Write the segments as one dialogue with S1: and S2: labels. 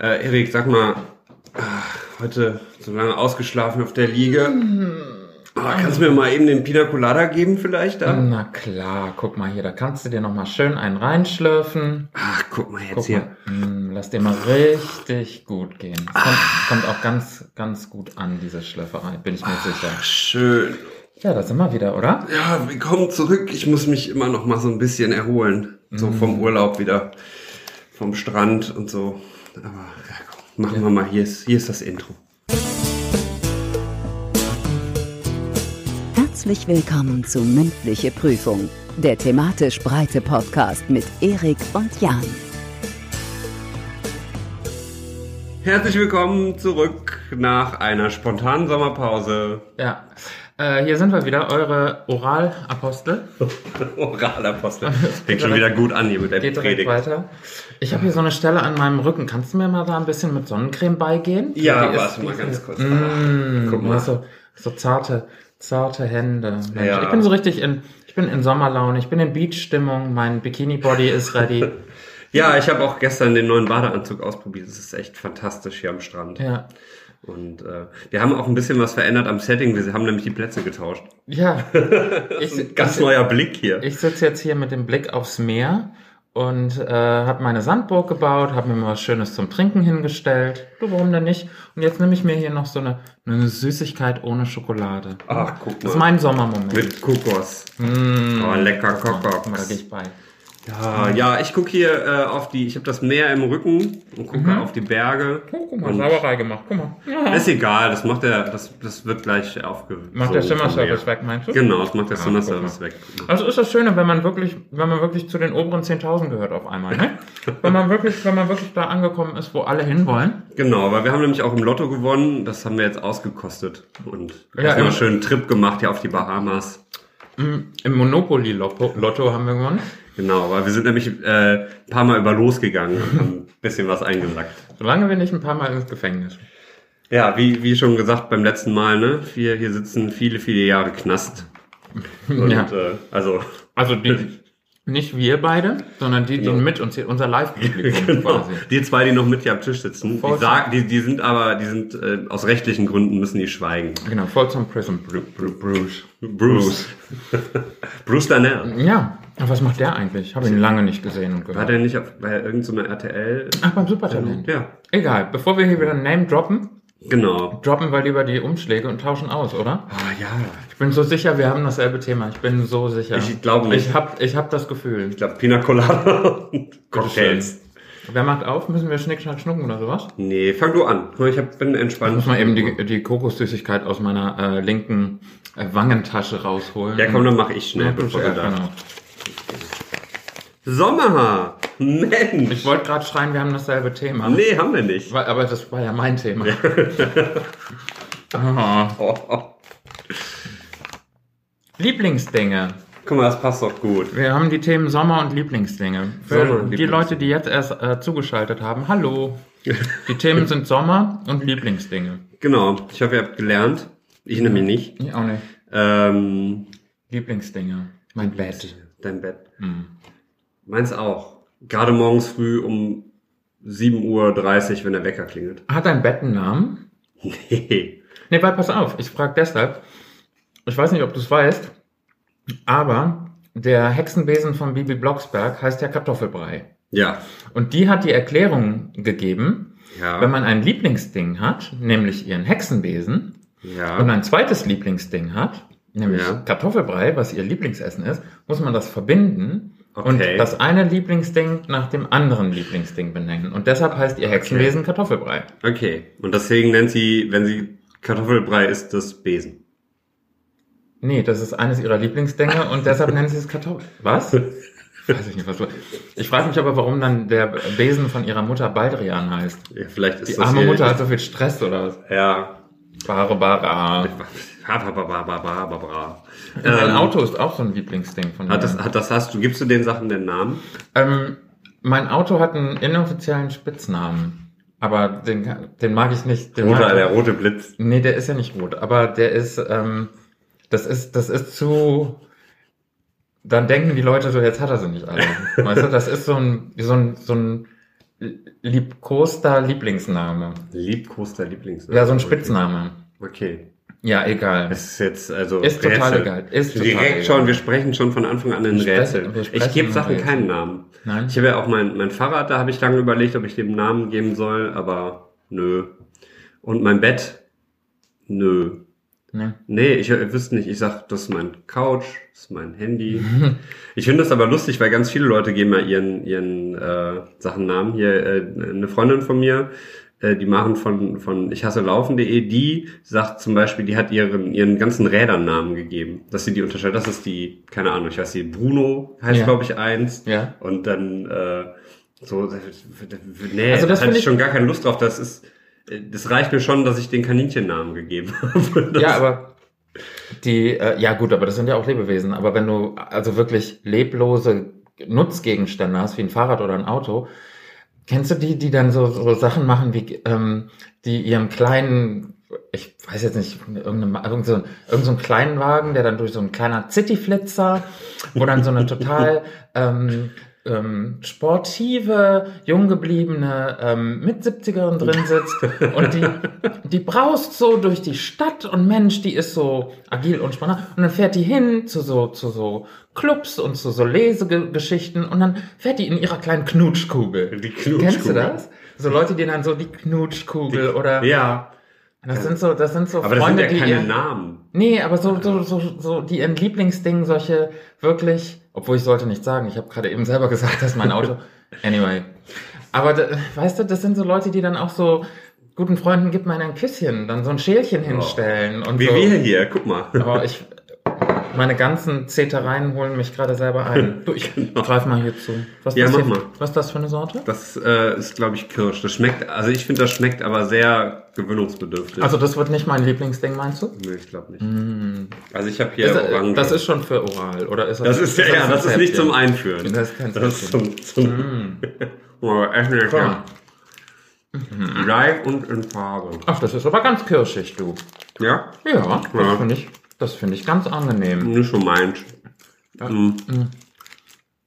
S1: Äh, Erik, sag mal, ah, heute so lange ausgeschlafen auf der Liege. Ah, kannst du mir mal eben den Pina Colada geben vielleicht? Da?
S2: Na klar, guck mal hier, da kannst du dir nochmal schön einen reinschlürfen.
S1: Ach, Ah, guck mal jetzt
S2: Guck
S1: hier.
S2: mal, mm, lass dir mal richtig gut gehen. Es kommt,
S1: Ah.
S2: kommt auch ganz, ganz gut an, diese Schlürferei, bin ich mir sicher.
S1: Ach, schön.
S2: Ja, da sind wir wieder, oder?
S1: Ja, willkommen zurück. Ich muss mich immer noch mal so ein bisschen erholen.
S2: Mhm.
S1: So vom Urlaub wieder. Vom Strand und so. Aber ja, komm, machen wir mal. Hier ist, hier ist das Intro.
S3: Herzlich willkommen zu Mündliche Prüfung, der thematisch breite Podcast mit Erik und Jan.
S1: Herzlich willkommen zurück nach einer spontanen Sommerpause.
S2: Ja. Äh, hier sind wir wieder, eure Oralapostel.
S1: Oralapostel. Fängt schon wieder gut an hier mit der
S2: Geht direkt
S1: Predigt.
S2: weiter. Ich habe hier so eine Stelle an meinem Rücken. Kannst du mir mal da ein bisschen mit Sonnencreme beigehen?
S1: Ja,
S2: Die ist-
S1: warte mal
S2: die-
S1: ganz kurz.
S2: Mm,
S1: Guck
S2: Guck
S1: mal.
S2: mal. So, so zarte, zarte Hände. Mensch,
S1: Ja.
S2: Ich bin so richtig in, ich bin in Sommerlaune, ich bin in Beach-Stimmung, mein Bikini-Body ist ready.
S1: Ja, ich habe auch gestern den neuen Badeanzug ausprobiert. Es ist echt fantastisch hier am Strand.
S2: ja.
S1: Und äh, wir haben auch ein bisschen was verändert am Setting. Wir haben nämlich die Plätze getauscht.
S2: Ja. Ich,
S1: Ganz neuer Blick hier.
S2: ich sitze jetzt hier mit dem Blick aufs Meer und äh, habe meine Sandburg gebaut, habe mir mal was Schönes zum Trinken hingestellt. Du, warum denn nicht? Und jetzt nehme ich mir hier noch so eine, eine Süßigkeit ohne Schokolade.
S1: Ach, guck
S2: Das ist
S1: mal.
S2: mein Sommermoment.
S1: Mit Kokos.
S2: Mm.
S1: Oh, lecker
S2: Guck mal, da gehe
S1: Kokos.
S2: ich bei.
S1: Ja, ja, ich gucke hier äh, auf die, ich habe das Meer im Rücken und gucke auf die Berge.
S2: Mhm. Oh, guck mal,
S1: Und-
S2: Sauerei gemacht. Guck mal.
S1: Ist egal, das macht der, das, das wird gleich aufgehoben.
S2: Macht der Schimmerservice weg, meinst du?
S1: Genau, das macht der
S2: Ah,
S1: Schimmerservice weg.
S2: Also ist das Schöne, wenn man wirklich, wenn man wirklich zu den oberen 10.000 gehört auf einmal, ne? wenn man wirklich, wenn man wirklich da angekommen ist, wo alle hinwollen.
S1: Genau, weil wir haben nämlich auch im Lotto gewonnen, das haben wir jetzt ausgekostet und
S2: Ja,
S1: ja, haben
S2: ja.
S1: einen schönen Trip gemacht hier auf die Bahamas.
S2: Im Monopoly Lotto, Lotto haben wir gewonnen.
S1: Genau, weil wir sind nämlich äh, ein paar Mal über losgegangen und haben ein bisschen was eingesackt.
S2: Solange wir nicht ein paar Mal ins Gefängnis.
S1: Ja, wie, wie schon gesagt beim letzten Mal, ne? Wir hier sitzen viele, viele Jahre Knast. Und,
S2: Ja.
S1: äh, also,
S2: Also die, nicht wir beide, sondern die, die
S1: Genau.
S2: mit uns hier, unser Live-Publikum
S1: genau.
S2: quasi.
S1: Die zwei, die noch mit hier am Tisch sitzen, die,
S2: Voll.
S1: sagen, die, die sind aber, die sind äh, aus rechtlichen Gründen müssen die schweigen.
S2: Genau, voll zum Prison Bru- Bru- Bruce.
S1: Bruce. Bruce Danell.
S2: Ja, und was macht der eigentlich? Ich habe ihn lange nicht gesehen und
S1: War
S2: gehört.
S1: der nicht auf, bei irgendeiner so einer RTL?
S2: Ach, beim Supertalent.
S1: Ja,
S2: Egal, bevor wir hier wieder einen Name droppen,
S1: genau.
S2: droppen wir lieber die Umschläge und tauschen aus, oder?
S1: Ah ja.
S2: Ich bin so sicher, wir haben dasselbe Thema. Ich bin so sicher.
S1: Ich glaube nicht.
S2: Ich hab, ich hab das Gefühl.
S1: Ich glaube, Pina Colada und Cocktails.
S2: Wer macht auf? Müssen wir Schnick, Schnack, Schnucken oder sowas?
S1: Nee, fang du an. Ich hab, bin
S2: Ich
S1: entspannt.
S2: muss mal eben die, die Kokosüßigkeit aus meiner äh, linken äh, Wangentasche rausholen.
S1: Ja, komm, dann mach ich schnell,
S2: Ja,
S1: bevor du
S2: ja,
S1: da.
S2: genau.
S1: Sommerhaar! Mensch!
S2: Ich wollte gerade schreien, wir haben dasselbe Thema.
S1: Nee, haben wir nicht.
S2: Weil- Aber das war ja mein Thema. Ah.
S1: Oh, oh.
S2: Lieblingsdinge.
S1: Guck mal, das passt doch gut.
S2: Wir haben die Themen Sommer und Lieblingsdinge. Für
S1: Sommer und
S2: die
S1: Lieblingsdinge.
S2: Leute, die jetzt erst äh, zugeschaltet haben, hallo. Die Themen sind Sommer und Lieblingsdinge.
S1: Genau. Ich hoffe, ihr habt gelernt.
S2: Mhm.
S1: Ich nämlich nicht.
S2: Ich auch nicht.
S1: Ähm,
S2: Lieblingsdinge. Mein Bett.
S1: dein Bett.
S2: Hm.
S1: Meins auch. Gerade morgens früh um 7.30 Uhr, wenn der Wecker klingelt.
S2: Hat dein Bett einen Namen?
S1: Nee.
S2: Nee, weil pass auf, ich frage deshalb. Ich weiß nicht, ob du es weißt, aber der Hexenbesen von Bibi Blocksberg heißt ja Kartoffelbrei.
S1: Ja.
S2: Und die hat die Erklärung gegeben,
S1: Ja.
S2: wenn man ein Lieblingsding hat, nämlich ihren Hexenbesen,
S1: ja.
S2: und ein zweites Lieblingsding hat, nämlich
S1: Ja.
S2: Kartoffelbrei, was ihr Lieblingsessen ist, muss man das verbinden
S1: Okay.
S2: und das eine Lieblingsding nach dem anderen Lieblingsding benennen. Und deshalb heißt ihr Hexenwesen Kartoffelbrei.
S1: Okay. Und deswegen nennt sie, wenn sie Kartoffelbrei isst, das Besen.
S2: Nee, das ist eines ihrer Lieblingsdinge und deshalb nennen sie es Kartoffel. Was? Weiß ich nicht, was du. Ich frage mich aber, warum dann der Besen von ihrer Mutter Baldrian heißt.
S1: Ja, vielleicht ist
S2: Die
S1: das
S2: arme
S1: ihr-
S2: Mutter hat so viel Stress oder was?
S1: Ja. Ähm.
S2: Barbara.
S1: Barbara.
S2: Mein
S1: Ähm,
S2: Auto ist auch so ein Lieblingsding von
S1: Hat
S2: ihr.
S1: das, hat das hast du, gibst du den Sachen den Namen?
S2: Ähm, mein Auto hat einen inoffiziellen Spitznamen, aber den, kann- den mag ich nicht. Den
S1: Roter, der
S2: mag
S1: rote Blitz.
S2: ich, nee, der ist ja nicht rot, aber der ist, ähm, das ist, das ist zu. Dann denken die Leute so, jetzt hat er sie nicht alle. weißt du, das ist so ein, so ein, so ein liebkoster Lieblingsname.
S4: Liebkoster Lieblingsname.
S2: Ja, so ein Spitzname.
S4: Okay.
S2: Ja, egal.
S4: Es ist jetzt, also.
S2: Ist total
S4: Rätsel.
S2: egal. Ist total egal.
S1: Direkt schon, wir sprechen schon von Anfang an in
S2: Wir sprechen-
S1: Rätseln.
S2: wir sprechen
S1: Ich gebe
S2: in
S1: Sachen
S2: Rätseln.
S1: keinen Namen.
S2: Nein?
S1: Ich habe ja auch mein, mein Fahrrad, da habe ich lange überlegt, ob ich dem Namen geben soll, aber nö. Und mein Bett, nö.
S2: Nee.
S1: Nee, ich äh, wüsste nicht. Ich sag, das ist mein Couch, das ist mein Handy. ich finde das aber lustig, weil ganz viele Leute geben ja ihren, ihren äh, Sachen Namen. Hier äh, eine Freundin von mir, äh, die machen von, von ich hasse laufen.de, die sagt zum Beispiel, die hat ihren, ihren ganzen Rädern Namen gegeben, dass sie die unterscheidet. Das ist die, keine Ahnung, ich weiß die Bruno heißt,
S2: Ja.
S1: glaube ich, eins.
S2: Ja.
S1: Und dann äh, so, nee,
S2: Also
S1: also
S2: das
S1: das hatte
S2: find
S1: ich
S2: ich-
S1: schon gar keine Lust drauf. Das ist, äh, das reicht mir schon, dass ich den Kaninchennamen gegeben habe. Das-
S2: Ja, aber die, äh, ja gut, aber das sind ja auch Lebewesen. Aber wenn du also wirklich leblose Nutzgegenstände hast, wie ein Fahrrad oder ein Auto, kennst du die, die dann so, so Sachen machen, wie ähm, die ihrem kleinen, ich weiß jetzt nicht, irgendeinem, irgend so, irgend so einen kleinen Wagen, der dann durch so ein kleiner Cityflitzer, wo dann so eine total ähm, ähm, sportive, jung gebliebene ähm, Mit-70erin drin sitzt und die, die braust so durch die Stadt und Mensch, die ist so agil und spannend und dann fährt die hin zu so, zu so Clubs und zu so Lesegeschichten und dann fährt die in ihrer kleinen Knutschkugel.
S1: Die Knutschkugel.
S2: Kennst du das? So Leute, die dann so die Knutschkugel oder
S1: Ja.
S2: das sind so, das sind so
S1: Aber das
S2: Freunde,
S1: sind ja
S2: die
S1: keine
S2: ihr,
S1: Namen.
S2: Nee, aber so, so, so, so die ihren Lieblingsdingen, solche wirklich, obwohl ich sollte nicht sagen, ich habe gerade eben selber gesagt, dass mein Auto. Anyway. Aber da, weißt du, das sind so Leute, die dann auch so guten Freunden gibt man ein Küsschen, dann so ein Schälchen hinstellen und
S1: Oh. Wie
S2: so.
S1: wir hier, guck mal.
S2: Aber ich, meine ganzen Zetereien holen mich gerade selber ein. Du, ich greif mal hier zu. Was
S1: Ja,
S2: das
S1: mach
S2: hier,
S1: mal.
S2: Was ist das für eine Sorte?
S1: Das äh, ist, glaube ich, Kirsch. Das schmeckt, also ich finde, das schmeckt aber sehr gewöhnungsbedürftig.
S2: Also das wird nicht mein Lieblingsding, meinst du?
S1: nee, ich glaube nicht. Also ich habe hier
S2: Ist, äh,
S1: Orange.
S2: das ist schon für oral, oder ist
S1: das ist, ja, das ist nicht zum
S2: Zäpfchen?
S1: Einführen.
S2: Das ist Mm. kein
S1: das ist zum, zum oh, Essen ist ja live und in Farbe.
S2: Ach, das ist aber ganz kirschig, du.
S1: Ja?
S2: Ja, das
S1: Ja.
S2: finde ich, das finde ich ganz angenehm.
S1: Nicht so meins.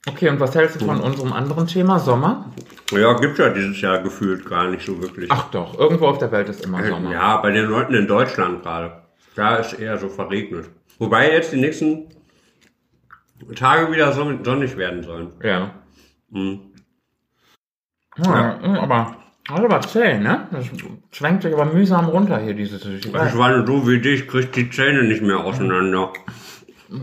S2: Okay, und was hältst du von unserem anderen Thema, Sommer?
S1: Ja, gibt's ja dieses Jahr gefühlt gar nicht so wirklich.
S2: Ach doch, irgendwo auf der Welt ist immer
S1: Äh,
S2: Sommer.
S1: Ja, bei den Leuten in Deutschland gerade. Da ist eher so verregnet. Wobei jetzt die nächsten Tage wieder son- sonnig werden sollen. Hm.
S2: Ja. Ja, mm, aber das ist aber zäh, ne? Das schwenkt sich aber mühsam runter hier, dieses. Ich
S1: Also Ich
S2: weiß,
S1: war so wie dich, krieg die Zähne nicht mehr auseinander.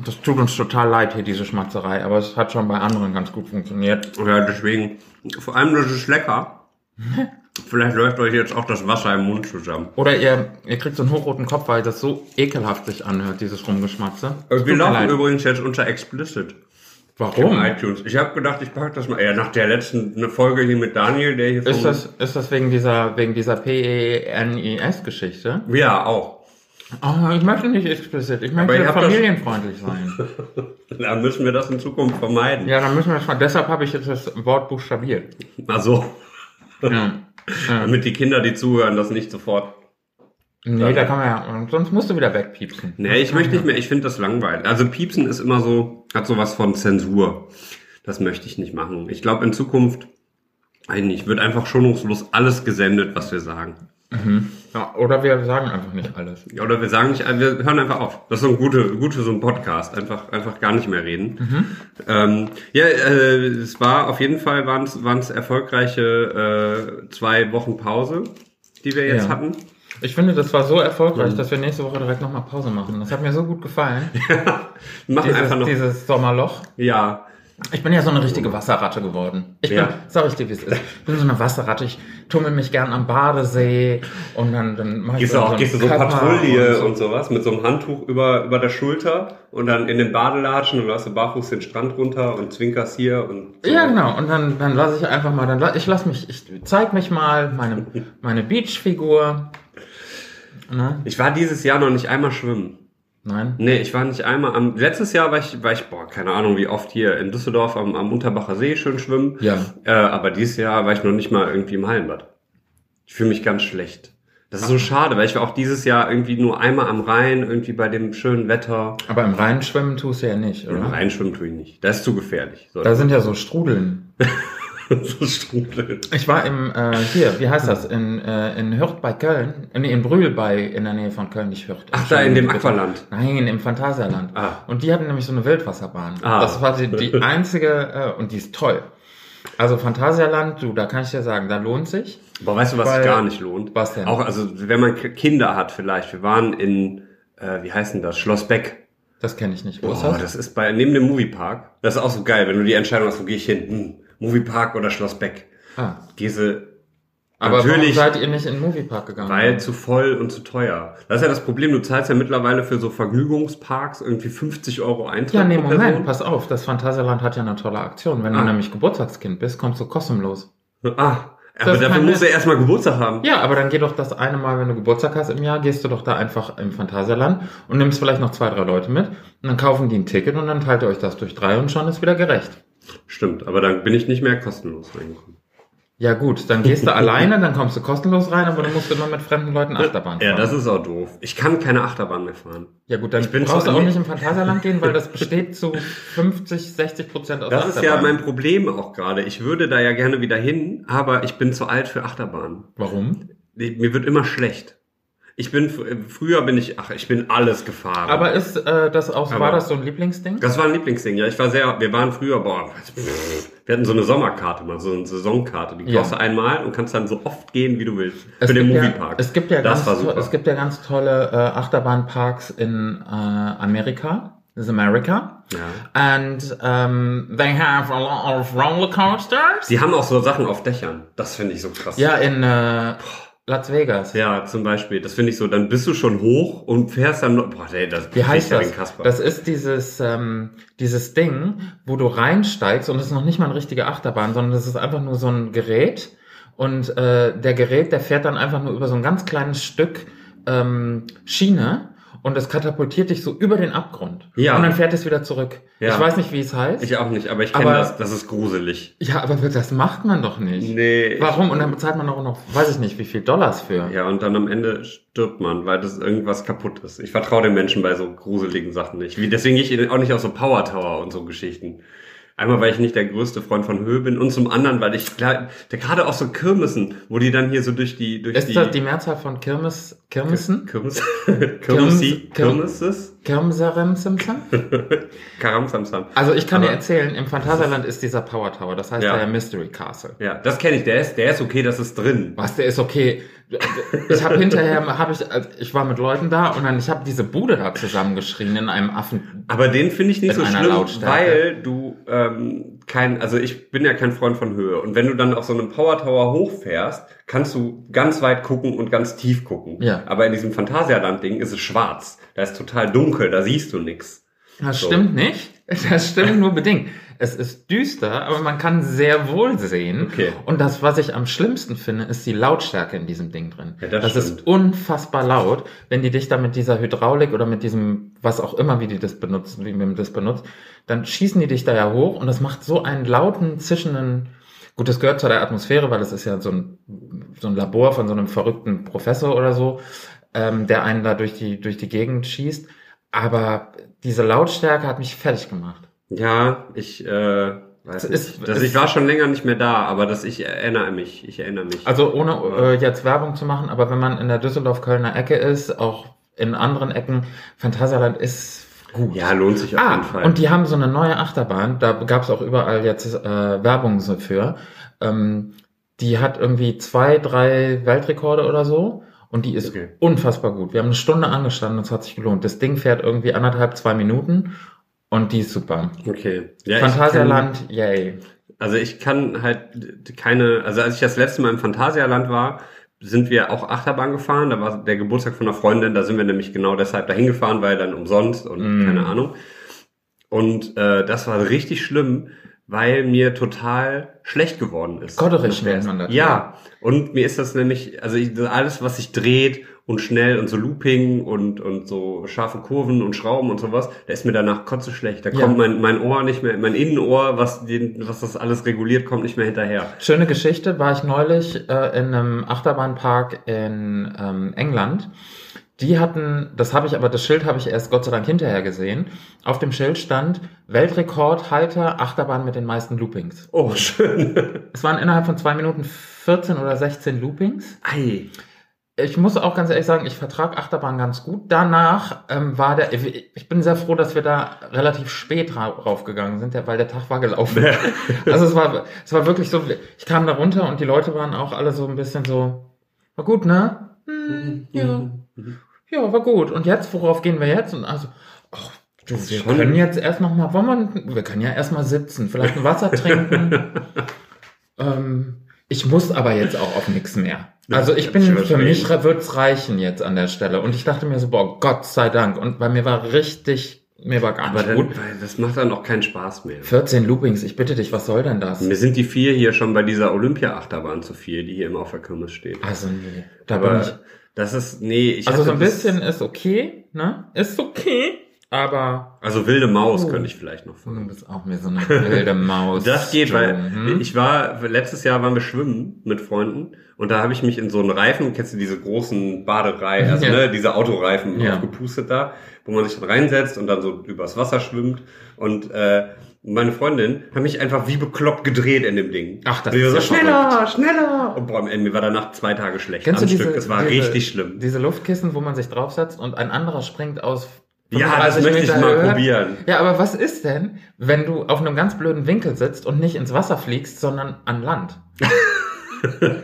S2: Das tut uns total leid hier, diese Schmatzerei, aber es hat schon bei anderen ganz gut funktioniert.
S1: Ja, deswegen, vor allem das ist lecker. Vielleicht läuft euch jetzt auch das Wasser im Mund zusammen.
S2: Oder ihr, ihr kriegt so einen hochroten Kopf, weil das so ekelhaft sich anhört, dieses Rumgeschmatze. Es tut
S1: Wir
S2: mir
S1: laufen
S2: leid.
S1: übrigens jetzt unter Explicit.
S2: Warum?
S1: Im iTunes. Ich habe gedacht, ich pack das mal. Ja, nach der letzten eine Folge hier mit Daniel, der hier
S2: Ist das, ist das wegen dieser, wegen dieser E PENIS-Geschichte?
S1: Ja, auch.
S2: Oh, ich möchte nicht explizit, ich möchte
S1: ihr habt
S2: familienfreundlich sein.
S1: Da müssen wir das in Zukunft vermeiden.
S2: Ja, dann müssen wir das mal, deshalb habe ich jetzt das Wort buchstabiert.
S1: Also.
S2: Ja.
S1: Damit die Kinder, die zuhören, das nicht sofort.
S2: Nee, da kann man ja, sonst musst du wieder wegpiepsen.
S1: Nee, ich möchte nicht mehr, ich finde das langweilig. Also Piepsen ist immer so, hat sowas von Zensur. Das möchte ich nicht machen. Ich glaube in Zukunft, eigentlich wird einfach schonungslos alles gesendet, was wir sagen.
S2: Ja, oder wir sagen einfach nicht alles.
S1: Ja, oder wir sagen nicht, äh, wir hören einfach auf. Das ist so ein gute, gut für so einen Podcast. Einfach, einfach gar nicht mehr reden.
S2: Mhm.
S1: Ähm, ja, äh, es war auf jeden Fall waren es erfolgreiche äh, zwei Wochen Pause, die wir jetzt
S2: Ja.
S1: hatten.
S2: Ich finde, das war so erfolgreich,
S1: Mhm.
S2: dass wir nächste Woche direkt nochmal Pause machen. Das hat mir so gut gefallen.
S1: Wir machen einfach
S2: Dieses,
S1: noch.
S2: dieses Sommerloch.
S1: Ja.
S2: Ich bin ja so eine richtige Wasserratte geworden. Ich bin,
S1: Ja.
S2: sag ich dir, wie es ist. Ich bin so eine Wasserratte. Ich tummel mich gern am Badesee und dann, dann mach ich
S1: Gehst du auch, gehst du so
S2: einen Körper
S1: Patrouille und,
S2: und so.
S1: sowas mit so einem Handtuch über, über der Schulter und dann in den Badelatschen und läufst du barfuß den Strand runter und zwinkerst hier und so.
S2: Ja, genau. Und dann, dann lasse ich einfach mal, dann la- ich lass mich, ich zeig mich mal, meine, meine Beachfigur. Ne?
S1: Ich war dieses Jahr noch nicht einmal schwimmen.
S2: Nein.
S1: Nee, ich war nicht einmal am, letztes Jahr war ich, war ich, boah, keine Ahnung wie oft hier in Düsseldorf am, am Unterbacher See schön schwimmen.
S2: Ja.
S1: Äh, aber dieses Jahr war ich noch nicht mal irgendwie im Hallenbad. Ich fühle mich ganz schlecht. Das ist so schade, weil ich war auch dieses Jahr irgendwie nur einmal am Rhein, irgendwie bei dem schönen Wetter.
S2: Aber im Rhein schwimmen tust du ja nicht, oder?
S1: Reinschwimmen tue ich nicht. Das ist zu gefährlich. So,
S2: Da sind ja so Strudeln.
S1: so Strudel.
S2: Ich war im, äh, hier, wie heißt das, in, äh, in Hürth bei Köln, nee, in Brühl bei, in der Nähe von Köln, nicht Hürth.
S1: Ach, da in dem Aqualand.
S2: Nein, im Phantasialand.
S1: Ah.
S2: Und die hatten nämlich so eine Wildwasserbahn.
S1: Ah.
S2: Das war die, die einzige, äh, und die ist toll. Also Phantasialand, du, da kann ich dir sagen, da lohnt sich.
S1: Aber weißt du, was
S2: Weil-
S1: sich gar nicht lohnt?
S2: Was denn?
S1: Auch, also, wenn man K- Kinder hat vielleicht. Wir waren in, äh, wie heißt denn das? Schloss Beck.
S2: Das kenne ich nicht. Wo ist
S1: Boah,
S2: das?
S1: das ist bei, neben dem Moviepark. Das ist auch so geil, wenn du die Entscheidung hast, wo gehe ich hin? Hm, Moviepark oder Schloss Beck?
S2: Ah.
S1: Gehse
S2: Aber
S1: Natürlich-
S2: warum seid ihr nicht in den Moviepark gegangen?
S1: Weil zu voll und zu teuer. Das ist ja das Problem, du zahlst ja mittlerweile für so Vergnügungsparks irgendwie 50 Euro Eintritt.
S2: ja, nee,
S1: pro
S2: Moment,
S1: Person.
S2: pass auf. Das Phantasialand hat ja eine tolle Aktion. Wenn du
S1: Ah.
S2: nämlich Geburtstagskind bist, kommst du kostenlos.
S1: Ah,
S2: Das
S1: aber
S2: ist
S1: dafür
S2: kein
S1: musst du
S2: Netz.
S1: erstmal Geburtstag haben.
S2: Ja, aber dann geh doch das eine Mal, wenn du Geburtstag hast im Jahr, gehst du doch da einfach im Phantasialand und nimmst vielleicht noch zwei, drei Leute mit. Und dann kaufen die ein Ticket und dann teilt ihr euch das durch drei und schon ist wieder gerecht.
S1: Stimmt, aber dann bin ich nicht mehr kostenlos reingekommen.
S2: Ja gut, dann gehst du alleine, dann kommst du kostenlos rein, aber du musst immer mit fremden Leuten Achterbahn fahren.
S1: Äh, Ja, das ist auch doof. Ich kann keine Achterbahn mehr fahren.
S2: ja gut, dann
S1: ich bin
S2: brauchst
S1: so-
S2: du auch nicht im Phantasialand gehen, weil das besteht zu 50, 60 Prozent aus
S1: Das ist ja
S2: Achterbahn.
S1: mein Problem auch gerade. Ich würde da ja gerne wieder hin, aber ich bin zu alt für Achterbahn.
S2: Warum?
S1: Mir wird immer schlecht. Ich bin fr- äh, früher bin ich ach, ich bin alles gefahren.
S2: Aber ist äh, das auch, war
S1: Aber-
S2: das so ein Lieblingsding?
S1: Das war ein Lieblingsding, ja. Ich war sehr, wir waren früher, boah, pff, wir hatten so eine Sommerkarte mal, so eine Saisonkarte. Die
S2: Ja.
S1: kaufst du einmal und kannst dann so oft gehen, wie du willst.
S2: Es
S1: für den
S2: gibt
S1: Moviepark.
S2: Ja, es, gibt ja
S1: das
S2: ganz
S1: war
S2: to-
S1: super.
S2: es gibt ja ganz tolle äh, Achterbahnparks in äh, Amerika. This is America.
S1: ja.
S2: And um, they have a lot of roller coasters.
S1: Die haben auch so Sachen auf Dächern. Das finde ich so krass.
S2: Ja, in äh, Las Vegas.
S1: Ja, zum Beispiel. Das finde ich so, dann bist du schon hoch und fährst dann, noch- boah, ey, das
S2: Wie heißt
S1: ja
S2: das?
S1: den Kasper.
S2: Das ist dieses, ähm, dieses Ding, wo du reinsteigst und es ist noch nicht mal eine richtige Achterbahn, sondern das ist einfach nur so ein Gerät. Und äh, der Gerät, der fährt dann einfach nur über so ein ganz kleines Stück ähm, Schiene und das katapultiert dich so über den Abgrund.
S1: Ja.
S2: Und dann fährt es wieder zurück.
S1: Ja.
S2: Ich weiß nicht, wie es heißt.
S1: ich auch nicht, aber ich kenne
S2: Aber-
S1: das. Das ist gruselig.
S2: ja, aber das macht man doch nicht.
S1: Nee.
S2: Warum? Und dann bezahlt man auch noch, weiß ich nicht, wie viel Dollars für.
S1: Ja, und dann am Ende stirbt man, weil das irgendwas kaputt ist. Ich vertraue den Menschen bei so gruseligen Sachen nicht. Wie, deswegen gehe ich auch nicht auf so Power Tower und so Geschichten. Einmal, weil ich nicht der größte Freund von Höhe bin und zum anderen, weil ich klar- der gerade auf so Kirmessen, wo die dann hier so durch die, durch
S2: Ist
S1: die,
S2: das die Mehrzahl von Kirmes, Kirmesen?
S1: Kirmes, Kirmesi,
S2: Kirmes-
S1: Kirmeses,
S2: Kirmserem Simpson?
S1: Karamsamsam.
S2: Also ich kann
S1: Aber-
S2: dir erzählen, im Phantasialand ist dieser Power Tower, das heißt
S1: Ja.
S2: der Mystery Castle.
S1: Ja, das kenne ich, der ist, der ist okay, das ist drin.
S2: Was, der ist okay. Ich habe hinterher, habe ich, also ich war mit Leuten da und dann ich habe diese Bude da zusammengeschrien in einem Affen.
S1: Aber den finde ich nicht
S2: In
S1: so
S2: einer
S1: schlimm,
S2: Lautstärke.
S1: weil du ähm, kein, also ich bin ja kein Freund von Höhe. Und wenn du dann auf so einem Power Tower hochfährst, kannst du ganz weit gucken und ganz tief gucken.
S2: Ja.
S1: Aber in diesem Phantasialand-Ding ist es schwarz. Da ist total dunkel, da siehst du nix.
S2: Das
S1: So.
S2: stimmt nicht. Das stimmt nur bedingt. Es ist düster, aber man kann sehr wohl sehen.
S1: Okay.
S2: Und das, was ich am schlimmsten finde, ist die Lautstärke in diesem Ding drin.
S1: Ja, das
S2: ist
S1: stimmt.
S2: unfassbar laut, wenn die dich da mit dieser Hydraulik oder mit diesem, was auch immer, wie die das benutzen, wie man das benutzt, dann schießen die dich da ja hoch und das macht so einen lauten, zischenden, gut, das gehört zu der Atmosphäre, weil das ist ja so ein, so ein Labor von so einem verrückten Professor oder so, ähm, der einen da durch die, durch die Gegend schießt. Aber diese Lautstärke hat mich fertig gemacht.
S1: Ja, ich, äh, weiß
S2: Es
S1: nicht.
S2: ist-
S1: das,
S2: es-
S1: ich war schon länger nicht mehr da, aber das, ich erinnere mich, ich erinnere mich.
S2: Also ohne äh, jetzt Werbung zu machen, aber wenn man in der Düsseldorf-Kölner Ecke ist, auch in anderen Ecken, Phantasialand ist gut.
S1: ja, lohnt sich auf
S2: Ah,
S1: jeden Fall.
S2: und die haben so eine neue Achterbahn, da gab es auch überall jetzt äh, Werbung so für. Ähm, die hat irgendwie zwei, drei Weltrekorde oder so und die ist
S1: Okay.
S2: unfassbar gut. Wir haben eine Stunde angestanden und es hat sich gelohnt. Das Ding fährt irgendwie anderthalb, zwei Minuten und die ist super.
S1: okay. Ja, ich
S2: Phantasialand, yay.
S1: Also ich kann halt keine, also als ich das letzte Mal im Phantasialand war, sind wir auch Achterbahn gefahren. Da war der Geburtstag von einer Freundin, da sind wir nämlich genau deshalb dahin gefahren, weil dann umsonst und
S2: Mm.
S1: keine Ahnung. Und äh, das war richtig schlimm, weil mir total schlecht geworden ist.
S2: Kodderich nennt man das. ne?
S1: Ja, und mir ist das nämlich, also ich, alles, was sich dreht und schnell und so Looping und, und so scharfe Kurven und Schrauben und sowas, da ist mir danach kotzeschlecht. Da
S2: Ja.
S1: kommt mein, mein Ohr nicht mehr, mein Innenohr, was, den, was das alles reguliert, kommt nicht mehr hinterher.
S2: Schöne Geschichte, war ich neulich äh, in einem Achterbahnpark in ähm, England. Die hatten, das habe ich, aber das Schild habe ich erst Gott sei Dank hinterher gesehen. Auf dem Schild stand Weltrekordhalter Achterbahn mit den meisten Loopings.
S1: Oh, schön.
S2: Es waren innerhalb von zwei Minuten 14 oder 16 Loopings.
S1: Ei.
S2: Ich muss auch ganz ehrlich sagen, ich vertrag Achterbahn ganz gut. Danach ähm, war der, ich bin sehr froh, dass wir da relativ spät ra- raufgegangen sind, weil der Tag war gelaufen. Also es war, es war wirklich so, ich kam da runter und die Leute waren auch alle so ein bisschen so, war gut, ne?
S1: Mhm,
S2: Hm, ja, ja, war gut. Und jetzt, worauf gehen wir jetzt? Und also, ach, du,
S1: Das ist
S2: wir
S1: schon-
S2: können jetzt erst noch mal, wollen wir, wir können ja erst mal sitzen, vielleicht ein Wasser trinken. ähm, ich muss aber jetzt auch auf nichts mehr. Also ich bin,
S1: ich
S2: für mich
S1: verstehe.
S2: wird's reichen jetzt an der Stelle. Und ich dachte mir so, boah, Gott sei Dank. Und bei mir war richtig, mir war gar
S1: Aber
S2: nicht
S1: dann,
S2: gut.
S1: weil das macht dann auch keinen Spaß mehr.
S2: 14 Loopings, ich bitte dich, was soll denn das?
S1: Mir sind die vier hier schon bei dieser Olympia-Achterbahn zu viel, die hier immer auf der Kirmes steht.
S2: Also nee, da bin ich.
S1: Aber das ist, nee, ich
S2: Also
S1: hatte
S2: so ein
S1: das-
S2: bisschen ist okay, ne? Ist okay, aber
S1: Also wilde Maus
S2: Oh.
S1: könnte ich vielleicht noch
S2: du
S1: fahren.
S2: bist auch mir so eine wilde Maus.
S1: Das geht, weil
S2: Hm?
S1: ich war, letztes Jahr waren wir schwimmen mit Freunden und da habe ich mich in so einen Reifen, kennst du diese großen Badereifen, also
S2: Ja.
S1: ne, diese Autoreifen
S2: Ja.
S1: aufgepustet da, wo man sich dann reinsetzt und dann so übers Wasser schwimmt und äh, meine Freundin hat mich einfach wie bekloppt gedreht in dem Ding.
S2: Ach, das
S1: Und ich
S2: ist
S1: war
S2: ja
S1: so, schneller, schneller. Und Oh, boah, ey, mir war danach zwei Tage schlecht
S2: Kennst du
S1: am
S2: diese,
S1: Stück. Das war
S2: diese,
S1: richtig schlimm.
S2: Diese Luftkissen, wo man sich draufsetzt und ein anderer springt aus.
S1: Ja, das
S2: 35
S1: möchte ich
S2: Meter
S1: mal
S2: Höhe?
S1: probieren.
S2: Ja, aber was ist denn, wenn du auf einem ganz blöden Winkel sitzt und nicht ins Wasser fliegst, sondern an Land?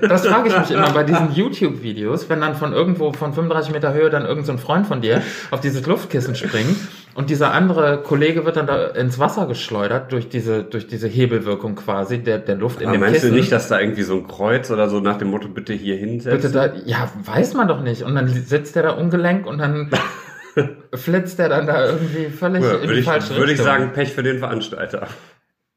S2: Das frage ich mich immer bei diesen YouTube-Videos, wenn dann von irgendwo von 35 Meter Höhe dann irgendein so ein Freund von dir auf dieses Luftkissen springt und dieser andere Kollege wird dann da ins Wasser geschleudert durch diese, durch diese Hebelwirkung quasi der, der Luft in
S1: Aber
S2: dem
S1: meinst
S2: Kissen.
S1: du nicht, dass da irgendwie so ein Kreuz oder so nach dem Motto bitte hier hinsetzen?
S2: Bitte da, ja, weiß man doch nicht. Und dann sitzt der da ungelenk und dann flitzt der dann da irgendwie völlig
S1: Ja,
S2: in
S1: würde
S2: die
S1: ich,
S2: falsche
S1: würde ich
S2: Richtung.
S1: sagen, Pech für den Veranstalter.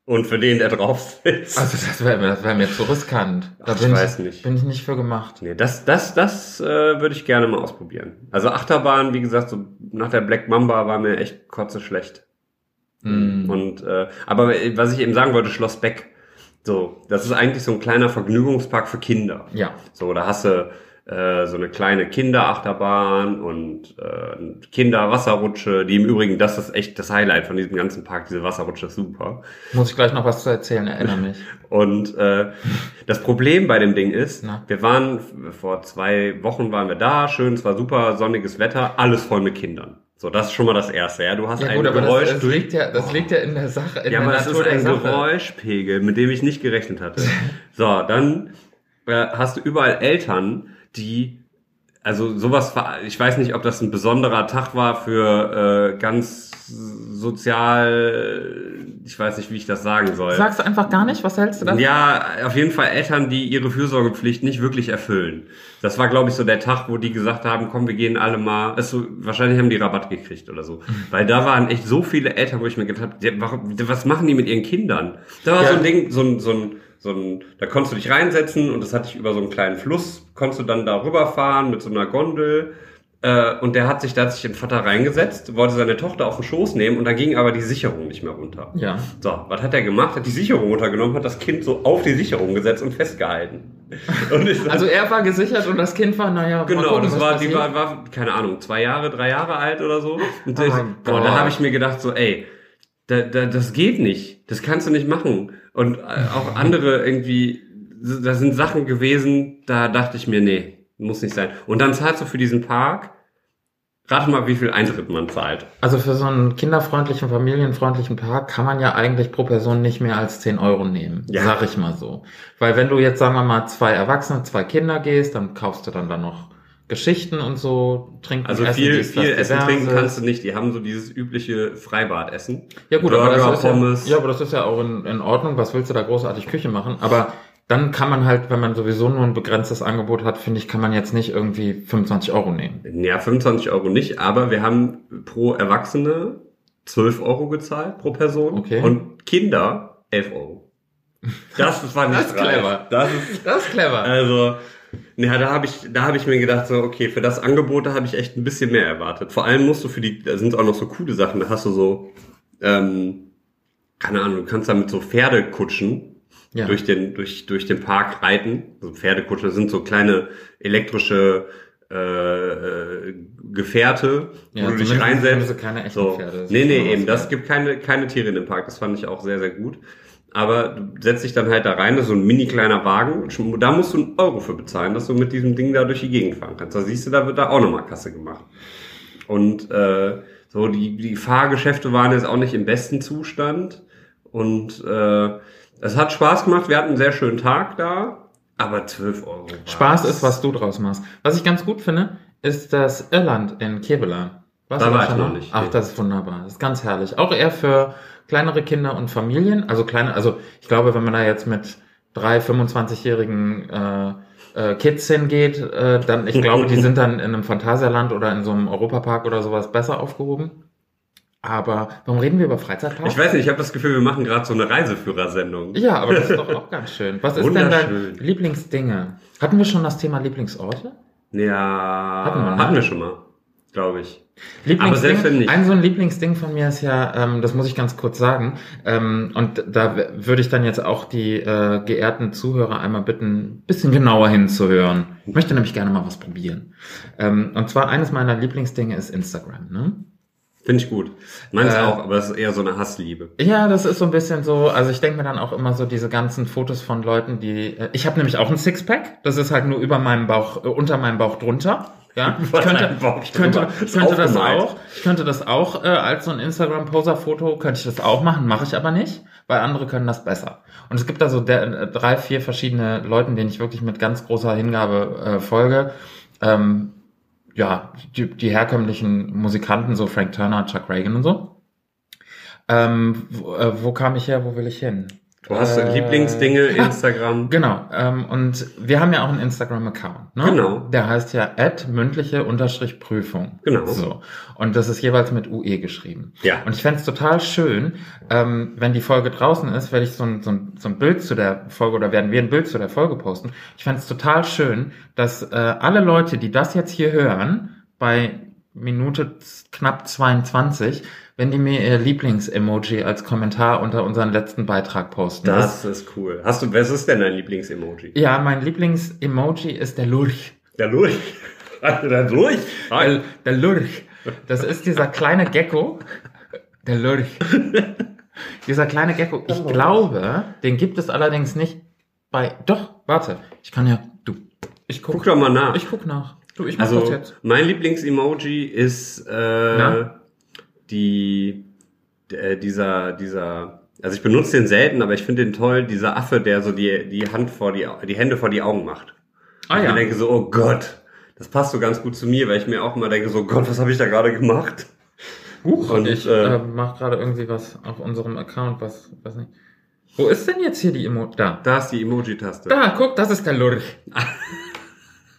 S1: Und für den, der drauf sitzt.
S2: Also das wäre das wär mir zu riskant. Da
S1: Ach, ich
S2: bin,
S1: weiß
S2: ich,
S1: nicht.
S2: bin ich nicht für gemacht.
S1: nee, das, das, das äh, würde ich gerne mal ausprobieren. Also Achterbahn, wie gesagt, so nach der Black Mamba war mir echt kotze schlecht.
S2: Hm.
S1: Und äh, aber was ich eben sagen wollte, Schloss Beck. So, das ist eigentlich so ein kleiner Vergnügungspark für Kinder.
S2: Ja.
S1: So, da hast du äh, so eine kleine Kinderachterbahn und äh, Kinderwasserrutsche, die im Übrigen, das ist echt das Highlight von diesem ganzen Park, diese Wasserrutsche ist super.
S2: Muss ich gleich noch was zu erzählen, erinnere mich.
S1: Und äh, das Problem bei dem Ding ist,
S2: Na?
S1: wir waren f- vor zwei Wochen waren wir da, schön, es war super sonniges Wetter, alles voll mit Kindern. So, das ist schon mal das Erste. Ja, du hast
S2: Ja
S1: ein
S2: gut, aber
S1: Geräusch
S2: das, das,
S1: durch.
S2: liegt ja, das liegt ja in der Sache, in
S1: ja,
S2: der
S1: aber das ist
S2: Natur
S1: ein
S2: der Sache.
S1: Geräuschpegel, mit dem ich nicht gerechnet hatte. So, dann äh, hast du überall Eltern, die also sowas, ver- ich weiß nicht, ob das ein besonderer Tag war für äh, ganz sozial, ich weiß nicht, wie ich das sagen soll.
S2: Sagst du einfach gar nicht, was hältst du davon?
S1: Ja, auf jeden Fall Eltern, die ihre Fürsorgepflicht nicht wirklich erfüllen. Das war, glaube ich, so der Tag, wo die gesagt haben, komm, wir gehen alle mal. Also, wahrscheinlich haben die Rabatt gekriegt oder so.
S2: Mhm.
S1: Weil da waren echt so viele Eltern, wo ich mir gedacht habe, die- warum- was machen die mit ihren Kindern? Da war
S2: Ja.
S1: so ein Ding, so ein, so ein, so ein, da konntest du dich reinsetzen und das hatte ich über so einen kleinen Fluss, konntest du dann da rüberfahren mit so einer Gondel. Äh, und der hat sich, da hat sich den Vater reingesetzt, wollte seine Tochter auf den Schoß nehmen und da ging aber die Sicherung nicht mehr runter.
S2: Ja.
S1: So, was hat er gemacht? Hat die Sicherung runtergenommen, hat das Kind so auf die Sicherung gesetzt und festgehalten. Und ich sag,
S2: Also er war gesichert und das Kind war, naja,
S1: genau, das war, die
S2: war
S1: war, war, keine Ahnung, zwei Jahre, drei Jahre alt oder so. Und
S2: Oh
S1: ich,
S2: mein
S1: boah,
S2: Gott.
S1: da habe ich mir gedacht, so, ey, da, da, das geht nicht. Das kannst du nicht machen. Und äh, auch andere irgendwie, da sind Sachen gewesen, da dachte ich mir, nee, muss nicht sein. Und dann zahlst du für diesen Park, rate mal, wie viel Eintritt man zahlt.
S2: Also für so einen kinderfreundlichen, familienfreundlichen Park kann man ja eigentlich pro Person nicht mehr als 10 Euro nehmen.
S1: Ja.
S2: Sag ich mal so. Weil wenn du jetzt, sagen wir mal, zwei Erwachsene, zwei Kinder gehst, dann kaufst du dann da noch Geschichten und so, trinken,
S1: Also
S2: essen,
S1: viel,
S2: dies, das,
S1: viel Essen
S2: diverses.
S1: trinken kannst du nicht. Die haben so dieses übliche Freibadessen.
S2: Ja gut, aber
S1: Burger,
S2: das, ist
S1: Pommes.
S2: ja, ja, aber das ist ja auch in, in Ordnung. Was willst du da großartig Küche machen? Aber dann kann man halt, wenn man sowieso nur ein begrenztes Angebot hat, finde ich, kann man jetzt nicht irgendwie 25 Euro nehmen.
S1: Ja, 25 Euro nicht, aber wir haben pro Erwachsene 12 Euro gezahlt pro Person
S2: Okay.
S1: und Kinder 11 Euro. Das ist- war nicht
S2: Das ist
S1: reif.
S2: clever.
S1: Das ist,
S2: Das ist clever.
S1: also, ja, da habe ich, da habe ich mir gedacht, so, okay, für das Angebot, da habe ich echt ein bisschen mehr erwartet. Vor allem musst du für die, da sind auch noch so coole Sachen, da hast du so, ähm, keine Ahnung, du kannst da mit so Pferdekutschen
S2: ja.
S1: durch den durch durch den Park reiten. So Pferdekutsche das sind so kleine elektrische äh, äh, Gefährte, wo du dich
S2: zumindest haben
S1: reinsetzt.
S2: sie keine echten
S1: So.
S2: Pferde.
S1: Nee,
S2: ist
S1: nee,
S2: schon
S1: eben.
S2: was
S1: Das gibt keine, keine Tiere in dem Park. Das fand ich auch sehr, sehr gut. Aber du setzt dich dann halt da rein, das ist so ein mini kleiner Wagen. und schon- Da musst du einen Euro für bezahlen, dass du mit diesem Ding da durch die Gegend fahren kannst. Da siehst du, da wird da auch nochmal Kasse gemacht. Und äh, so die, die Fahrgeschäfte waren jetzt auch nicht im besten Zustand. Und äh, es hat Spaß gemacht. Wir hatten einen sehr schönen Tag da. Aber 12 Euro. war's.
S2: Spaß ist, was du draus machst. Was ich ganz gut finde, ist das Irland in Kevela. Warst
S1: Da
S2: du
S1: war
S2: schon
S1: ich noch
S2: mal?
S1: nicht,
S2: Ach,
S1: nee.
S2: das ist wunderbar. Das ist ganz herrlich. Auch eher für kleinere Kinder und Familien. Also kleine, also ich glaube, wenn man da jetzt mit drei 25-jährigen äh, äh, Kids hingeht, äh, dann, ich glaube, die sind dann in einem Phantasialand oder in so einem Europapark oder sowas besser aufgehoben. Aber warum reden wir über Freizeitpark?
S1: Ich weiß nicht, ich habe das Gefühl, wir machen gerade so eine Reiseführersendung.
S2: Ja, aber das ist doch auch ganz schön. Was ist denn dein
S1: Wunderschön.
S2: Lieblingsdinge? Hatten wir schon das Thema Lieblingsorte?
S1: Ja,
S2: Hatten
S1: hatten
S2: wir,
S1: wir,
S2: ne?
S1: schon mal, glaube ich.
S2: Lieblingsding,
S1: Aber selbst wenn nicht.
S2: Ein so ein Lieblingsding von mir ist ja, ähm, das muss ich ganz kurz sagen, ähm, und da w- würde ich dann jetzt auch die äh, geehrten Zuhörer einmal bitten, ein bisschen genauer hinzuhören. Ich möchte nämlich gerne mal was probieren. Ähm, und zwar eines meiner Lieblingsdinge ist Instagram. Ne?
S1: Finde ich gut. Meins
S2: Äh,
S1: auch, aber es ist eher so eine Hassliebe.
S2: Ja, das ist so ein bisschen so, also ich denke mir dann auch immer so diese ganzen Fotos von Leuten, die äh, ich habe nämlich auch ein Sixpack, das ist halt nur über meinem Bauch äh, unter meinem Bauch drunter. Ja, ich
S1: Über
S2: könnte,
S1: deinem Bauch
S2: ich könnte,
S1: drüber.
S2: ich könnte das
S1: Aufgemalt.
S2: auch, ich könnte das auch äh, als so ein Instagram Poser Foto könnte ich das auch machen, mache ich aber nicht, weil andere können das besser. Und es gibt da so der, äh, drei, vier verschiedene Leuten, denen ich wirklich mit ganz großer Hingabe äh, folge. Ähm, ja, die, die herkömmlichen Musikanten, so Frank Turner, Chuck Reagan und so. Ähm, wo, äh, wo kam ich her, wo will ich hin?
S1: Du hast
S2: äh,
S1: Lieblingsdinge, Instagram.
S2: Genau, ähm, und wir haben ja auch einen Instagram-Account, ne?
S1: Genau.
S2: Der heißt ja mündliche-prüfung.
S1: Genau.
S2: So. Und das ist jeweils mit UE geschrieben.
S1: Ja.
S2: Und ich fänd's total schön, ähm, wenn die Folge draußen ist, werde ich so ein, so, ein, so ein Bild zu der Folge oder werden wir ein Bild zu der Folge posten. Ich fänd's total schön, dass äh, alle Leute, die das jetzt hier hören, bei Minute z- knapp 22, wenn die mir ihr Lieblings-Emoji als Kommentar unter unseren letzten Beitrag posten.
S1: Das ist cool. Hast du, was ist denn dein Lieblingsemoji?
S2: Ja, mein Lieblings-Emoji ist der Lurch.
S1: Der Lurch. Also der Lurch.
S2: Der, der Lurch. Das ist dieser kleine Gecko. Der Lurch. Dieser kleine Gecko. Ich
S1: Oh.
S2: glaube, den gibt es allerdings nicht bei. Doch, warte. Ich kann ja. Du. Ich guck,
S1: Guck doch mal nach.
S2: Ich guck nach. Du, ich mach das
S1: also,
S2: jetzt.
S1: mein Lieblingsemoji ist äh,
S2: Na?
S1: die, d- äh, dieser, dieser, also ich benutze den selten, aber ich finde den toll, dieser Affe, der so die, die Hand vor die, Au- die Hände vor die Augen macht.
S2: Ah
S1: ich
S2: ja.
S1: mir denke so, oh Gott, das passt so ganz gut zu mir, weil ich mir auch immer denke so, Gott, was habe ich da gerade gemacht?
S2: Huch,
S1: und,
S2: ich äh,
S1: äh,
S2: mach gerade irgendwie was auf unserem Account, was, was nicht. Wo ist denn jetzt hier die Emoji? Da.
S1: Da ist die Emoji-Taste.
S2: Da, guck, das ist der Lurch.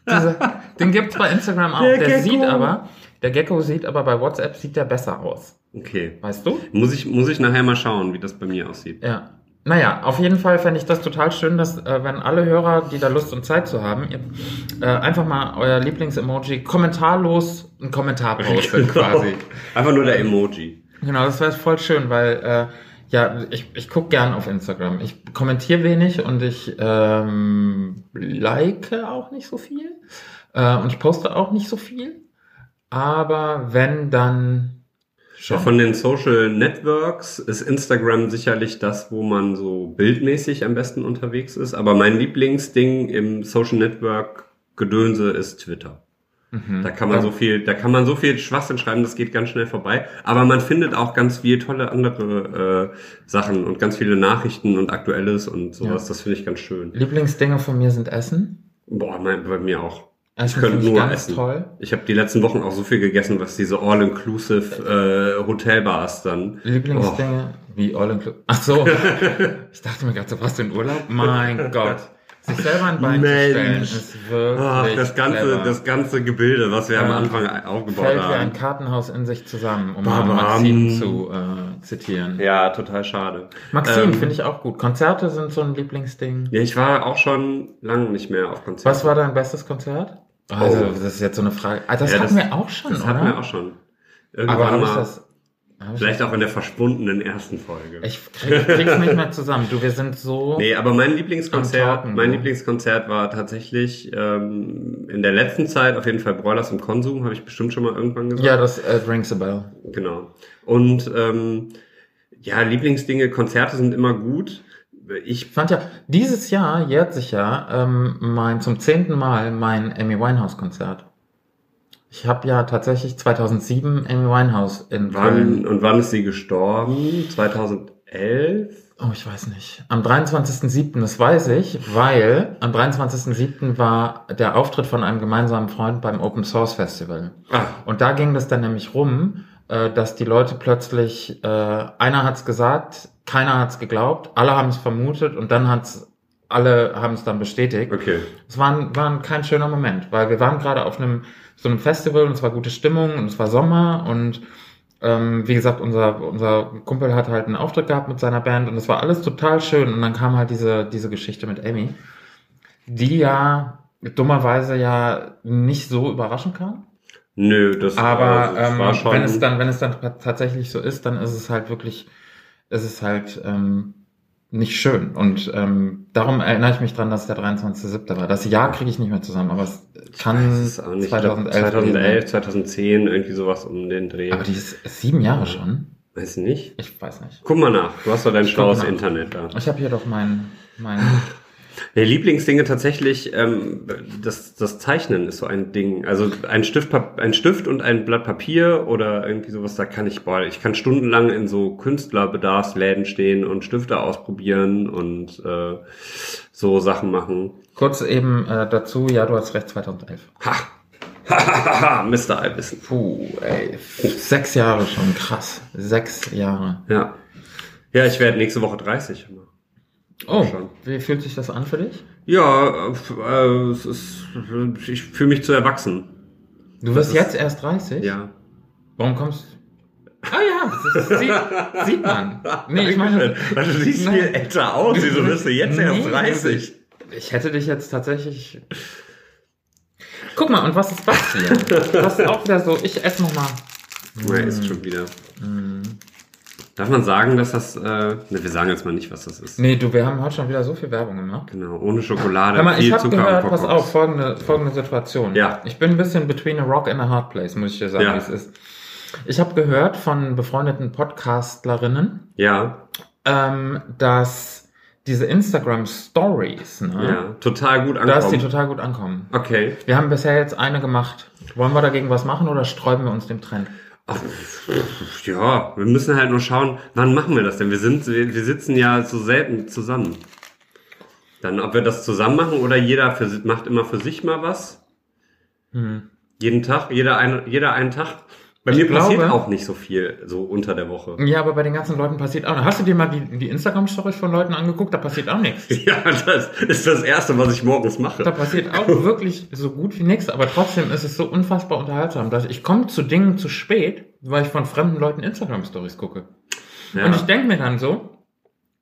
S2: Dieser, den gibt's bei Instagram auch. Der,
S1: Der Gecko.
S2: sieht aber, der Gecko sieht aber bei WhatsApp sieht der besser aus.
S1: Okay.
S2: Weißt du?
S1: Muss ich, muss ich nachher mal schauen, wie das bei mir aussieht.
S2: Ja. Naja, auf jeden Fall fände ich das total schön, dass äh, wenn alle Hörer, die da Lust und Zeit zu haben, ihr, äh, einfach mal euer Lieblings-Emoji kommentarlos einen Kommentar
S1: Genau.
S2: postet quasi.
S1: Einfach nur der Emoji.
S2: Genau, das wäre voll schön, weil äh, ja, ich, ich guck gern auf Instagram. Ich kommentiere wenig und ich ähm, like auch nicht so viel. Äh, und ich poste auch nicht so viel. Aber wenn, dann schon.
S1: Von den Social Networks ist Instagram sicherlich das, wo man so bildmäßig am besten unterwegs ist. Aber mein Lieblingsding im Social Network Gedönse ist Twitter.
S2: Mhm.
S1: Da kann man
S2: Ja.
S1: so viel, da kann man so viel Schwachsinn schreiben, das geht ganz schnell vorbei. Aber man findet auch ganz viel tolle andere äh, Sachen und ganz viele Nachrichten und Aktuelles und sowas. Das finde ich ganz schön.
S2: Lieblingsdinge von mir sind Essen.
S1: Boah, mein, bei mir auch.
S2: Essen
S1: könnte
S2: finde ich
S1: nur
S2: ganz
S1: essen.
S2: toll.
S1: Ich habe die letzten Wochen auch so viel gegessen, was diese All-Inclusive äh, Hotelbars dann.
S2: Lieblingsdinge Oh. wie All Inclusive. Ach so. ich dachte mir gerade, so warst du in Urlaub? Mein Gott. Sich selber ein Bein
S1: Mensch.
S2: zu stellen ist wirklich
S1: Ach, das ganze,
S2: clever.
S1: das ganze Gebilde, was wir
S2: Ja.
S1: am Anfang aufgebaut
S2: fällt wie ein
S1: haben.
S2: Kartenhaus in sich zusammen, um
S1: Babam.
S2: Maxim zu äh, zitieren.
S1: Ja, total schade.
S2: Maxim
S1: Ähm,
S2: finde ich auch gut. Konzerte sind so ein Lieblingsding.
S1: Ja, ich war auch schon lange nicht mehr auf Konzerten.
S2: Was war dein bestes Konzert? Also, das ist jetzt so eine Frage. Ah, das
S1: Oh. Ja,
S2: hatten
S1: das-
S2: wir auch schon,
S1: Das
S2: oder?
S1: hatten wir auch schon. Irgendwann
S2: Aber habe ich
S1: mal.
S2: das Hab ich-
S1: Vielleicht auch in der verschwundenen ersten Folge.
S2: Ich krieg, krieg's nicht mehr zusammen. Du, wir sind so.
S1: Nee, aber mein
S2: Am
S1: Lieblingskonzert,
S2: Talken,
S1: mein
S2: ja.
S1: Lieblingskonzert war tatsächlich ähm, in der letzten Zeit auf jeden Fall Broilers im Konsum, habe ich bestimmt schon mal irgendwann gesagt.
S2: Ja, das äh, rings a bell.
S1: Genau. Und ähm, ja, Lieblingsdinge, Konzerte sind immer gut. Ich
S2: Ich fand ja, dieses Jahr jährt sich ja ähm, mein, zum zehnten Mal mein Amy Winehouse-Konzert. Ich habe ja tatsächlich 2007 Amy Winehouse in Köln.
S1: wann und wann ist sie gestorben? 2011?
S2: Oh, ich weiß nicht. Am 23.07., das weiß ich, weil am 23.07. war der Auftritt von einem gemeinsamen Freund beim Open Source Festival.
S1: Ah,
S2: Und da ging das dann nämlich rum, äh, dass die Leute plötzlich, äh, einer hat's gesagt, keiner hat's geglaubt, alle haben's vermutet und dann hat's, alle haben's dann bestätigt.
S1: okay.
S2: Es war, ein- war ein- kein schöner Moment, weil wir waren gerade auf einem so einem Festival und es war gute Stimmung und es war Sommer und ähm, wie gesagt, unser, unser Kumpel hat halt einen Auftritt gehabt mit seiner Band und es war alles total schön und dann kam halt diese, diese Geschichte mit Amy, die ja dummerweise ja nicht so überraschend kam.
S1: Nö, das also,
S2: Aber
S1: das
S2: ähm, wenn es dann, wenn es dann ta- tatsächlich so ist, dann ist es halt wirklich, ist es halt ähm, nicht schön. Und ähm, darum erinnere ich mich dran, dass es der 23.07. war. Das Jahr kriege ich nicht mehr zusammen, aber es kann
S1: weiß es auch nicht.
S2: 2011.
S1: Ich glaub, 2011, 2010, irgendwie sowas um den Dreh.
S2: Aber die ist sieben Jahre schon.
S1: Weiß nicht.
S2: Ich weiß nicht.
S1: Guck mal nach. Du hast doch dein
S2: Ich guck
S1: schlaues
S2: nach.
S1: Internet da.
S2: Ich habe hier doch mein, mein
S1: Nee, Lieblingsdinge tatsächlich, ähm, das, das Zeichnen ist so ein Ding. Also ein Stift, ein Stift und ein Blatt Papier oder irgendwie sowas, da kann ich, boah, ich kann stundenlang in so Künstlerbedarfsläden stehen und Stifte ausprobieren und äh, so Sachen machen.
S2: kurz eben äh, dazu, ja, du hast recht, 2011.
S1: Ha! Hahaha, Mr. Albissen.
S2: Puh, ey, sechs Jahre schon, krass. Sechs Jahre.
S1: Ja. Ja, ich werde nächste Woche 30.
S2: Oh,
S1: Schon.
S2: wie fühlt sich das an für dich?
S1: Ja, äh, es ist, ich fühle mich zu erwachsen.
S2: Du
S1: Das
S2: wirst
S1: ist-
S2: jetzt erst 30?
S1: Ja.
S2: Warum kommst Ah ja, das ist, sieht, sieht man. Nee, ich meine,
S1: Weil du siehst
S2: Nein.
S1: Also viel älter aus. Wieso bist du jetzt erst
S2: Nee, also
S1: 30?
S2: ich hätte dich jetzt tatsächlich. Guck mal, und was ist das hier? Das ist auch wieder so, ich esse nochmal.
S1: Ray ist schon wieder. Mhm.
S2: Mm.
S1: Darf man sagen, dass das. Äh, ne, wir sagen jetzt mal nicht, was das ist.
S2: Nee, du, wir haben heute schon wieder so viel Werbung gemacht.
S1: Genau, ohne Schokolade,
S2: Hör mal, ich
S1: viel
S2: habe
S1: Zucker
S2: gehört,
S1: und
S2: pass
S1: Kokos.
S2: auf, folgende, folgende Situation.
S1: Ja.
S2: Ich bin ein bisschen between a rock and a hard place, muss ich dir sagen,
S1: Ja.
S2: wie es ist. Ich habe gehört von befreundeten Podcastlerinnen,
S1: Ja,
S2: ähm, dass diese Instagram Stories,
S1: ja,
S2: ne,
S1: total gut
S2: dass die
S1: ankommen.
S2: total gut ankommen.
S1: Okay.
S2: Wir haben bisher jetzt eine gemacht. Wollen wir dagegen was machen oder sträuben wir uns dem Trend?
S1: Ach, ja, wir müssen halt nur schauen, wann machen wir das denn? Wir, sind, wir, wir sitzen ja so selten zusammen. Dann, ob wir das zusammen machen oder jeder für, si- macht immer für sich mal was.
S2: Hm.
S1: Jeden Tag, jeder, ein, jeder einen Tag. Bei
S2: Ich
S1: mir passiert
S2: glaube-
S1: auch nicht so viel, so unter der Woche.
S2: Ja, aber bei den ganzen Leuten passiert auch. Hast du dir mal die, die Instagram-Stories von Leuten angeguckt? Da passiert auch nichts.
S1: Ja, das ist das Erste, was ich morgens mache.
S2: Da passiert auch wirklich so gut wie nichts, aber trotzdem ist es so unfassbar unterhaltsam, dass ich komme zu Dingen zu spät, weil ich von fremden Leuten Instagram-Stories gucke.
S1: Ja.
S2: Und ich denke mir dann so,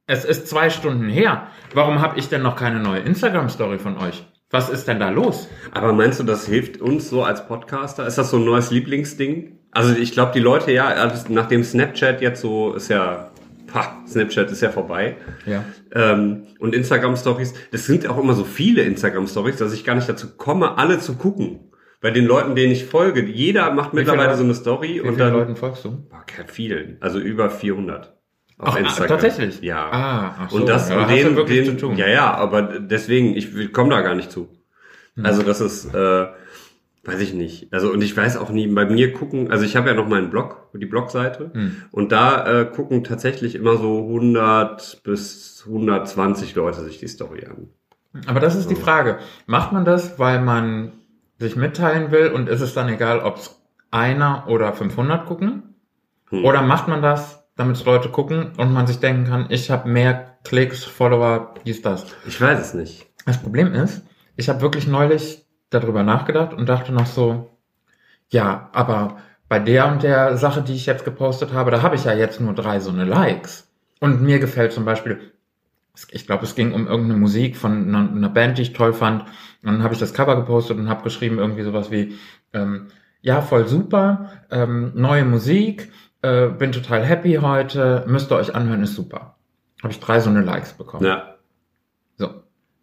S2: es ist zwei Stunden her. Warum habe ich denn noch keine neue Instagram-Story von euch? Was ist denn da los?
S1: Aber meinst du, das hilft uns so als Podcaster? Ist das so ein neues Lieblingsding? Also ich glaube, die Leute ja, also nachdem Snapchat jetzt so ist ja, ha, Snapchat ist ja vorbei.
S2: Ja.
S1: Ähm, und Instagram-Stories, das sind auch immer so viele Instagram-Stories, dass ich gar nicht dazu komme, alle zu gucken. Bei den Leuten, denen ich folge, jeder macht
S2: viele
S1: mittlerweile
S2: Leute-
S1: so eine Story
S2: Wie
S1: und
S2: vielen
S1: dann
S2: Leuten folgst du?
S1: boah, kein vielen, also über 400 auf
S2: ah,
S1: Instagram.
S2: tatsächlich?
S1: Ja.
S2: Ah, ach so.
S1: Und das
S2: ja,
S1: und
S2: da hast du
S1: den,
S2: wirklich
S1: den,
S2: zu tun.
S1: ja, ja, aber deswegen, ich komme da gar nicht zu.
S2: Hm.
S1: Also das ist, äh, weiß ich nicht. Also und ich weiß auch nie, bei mir gucken, also ich habe ja noch meinen Blog, die Blogseite
S2: Hm.
S1: und da äh, gucken tatsächlich immer so 100 bis 120 Leute sich die Story an.
S2: Hm. Aber das ist die Frage. Macht man das, weil man sich mitteilen will und ist es dann egal, ob es einer oder 500 gucken?
S1: Hm.
S2: Oder macht man das, damit Leute gucken und man sich denken kann, ich habe mehr Klicks, Follower, dies, das?
S1: Ich weiß es nicht.
S2: Das Problem ist, ich habe wirklich neulich darüber nachgedacht und dachte noch so, ja, aber bei der und der Sache, die ich jetzt gepostet habe, da habe ich ja jetzt nur drei so eine Likes. Und mir gefällt zum Beispiel, ich glaube, es ging um irgendeine Musik von einer, einer Band, die ich toll fand. Und dann habe ich das Cover gepostet und habe geschrieben irgendwie sowas wie, ähm, ja, voll super, ähm, neue Musik, äh, äh, bin total happy heute, müsst ihr euch anhören, ist super. Habe ich drei so eine Likes bekommen.
S1: Ja.
S2: So.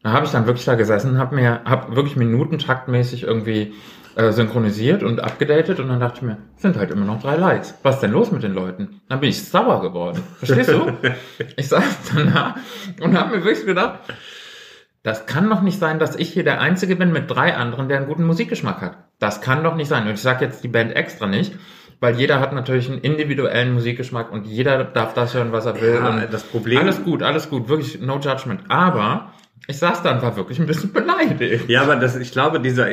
S2: Da habe ich dann wirklich da gesessen, habe mir, habe wirklich minutentaktmäßig irgendwie äh, synchronisiert und abgedatet und dann dachte ich mir, sind halt immer noch drei Likes. Was denn los mit den Leuten? Dann bin ich sauer geworden. Verstehst du? ich saß dann da und habe mir wirklich gedacht, das kann doch nicht sein, dass ich hier der Einzige bin mit drei anderen, der einen guten Musikgeschmack hat. Das kann doch nicht sein. Und ich sage jetzt die Band extra nicht, weil jeder hat natürlich einen individuellen Musikgeschmack und jeder darf das hören, was er will.
S1: ja
S2: und
S1: das Problem.
S2: alles gut, alles gut, wirklich no judgment. Aber ich saß da und war wirklich ein bisschen beleidigt.
S1: ja, aber das, ich glaube, dieser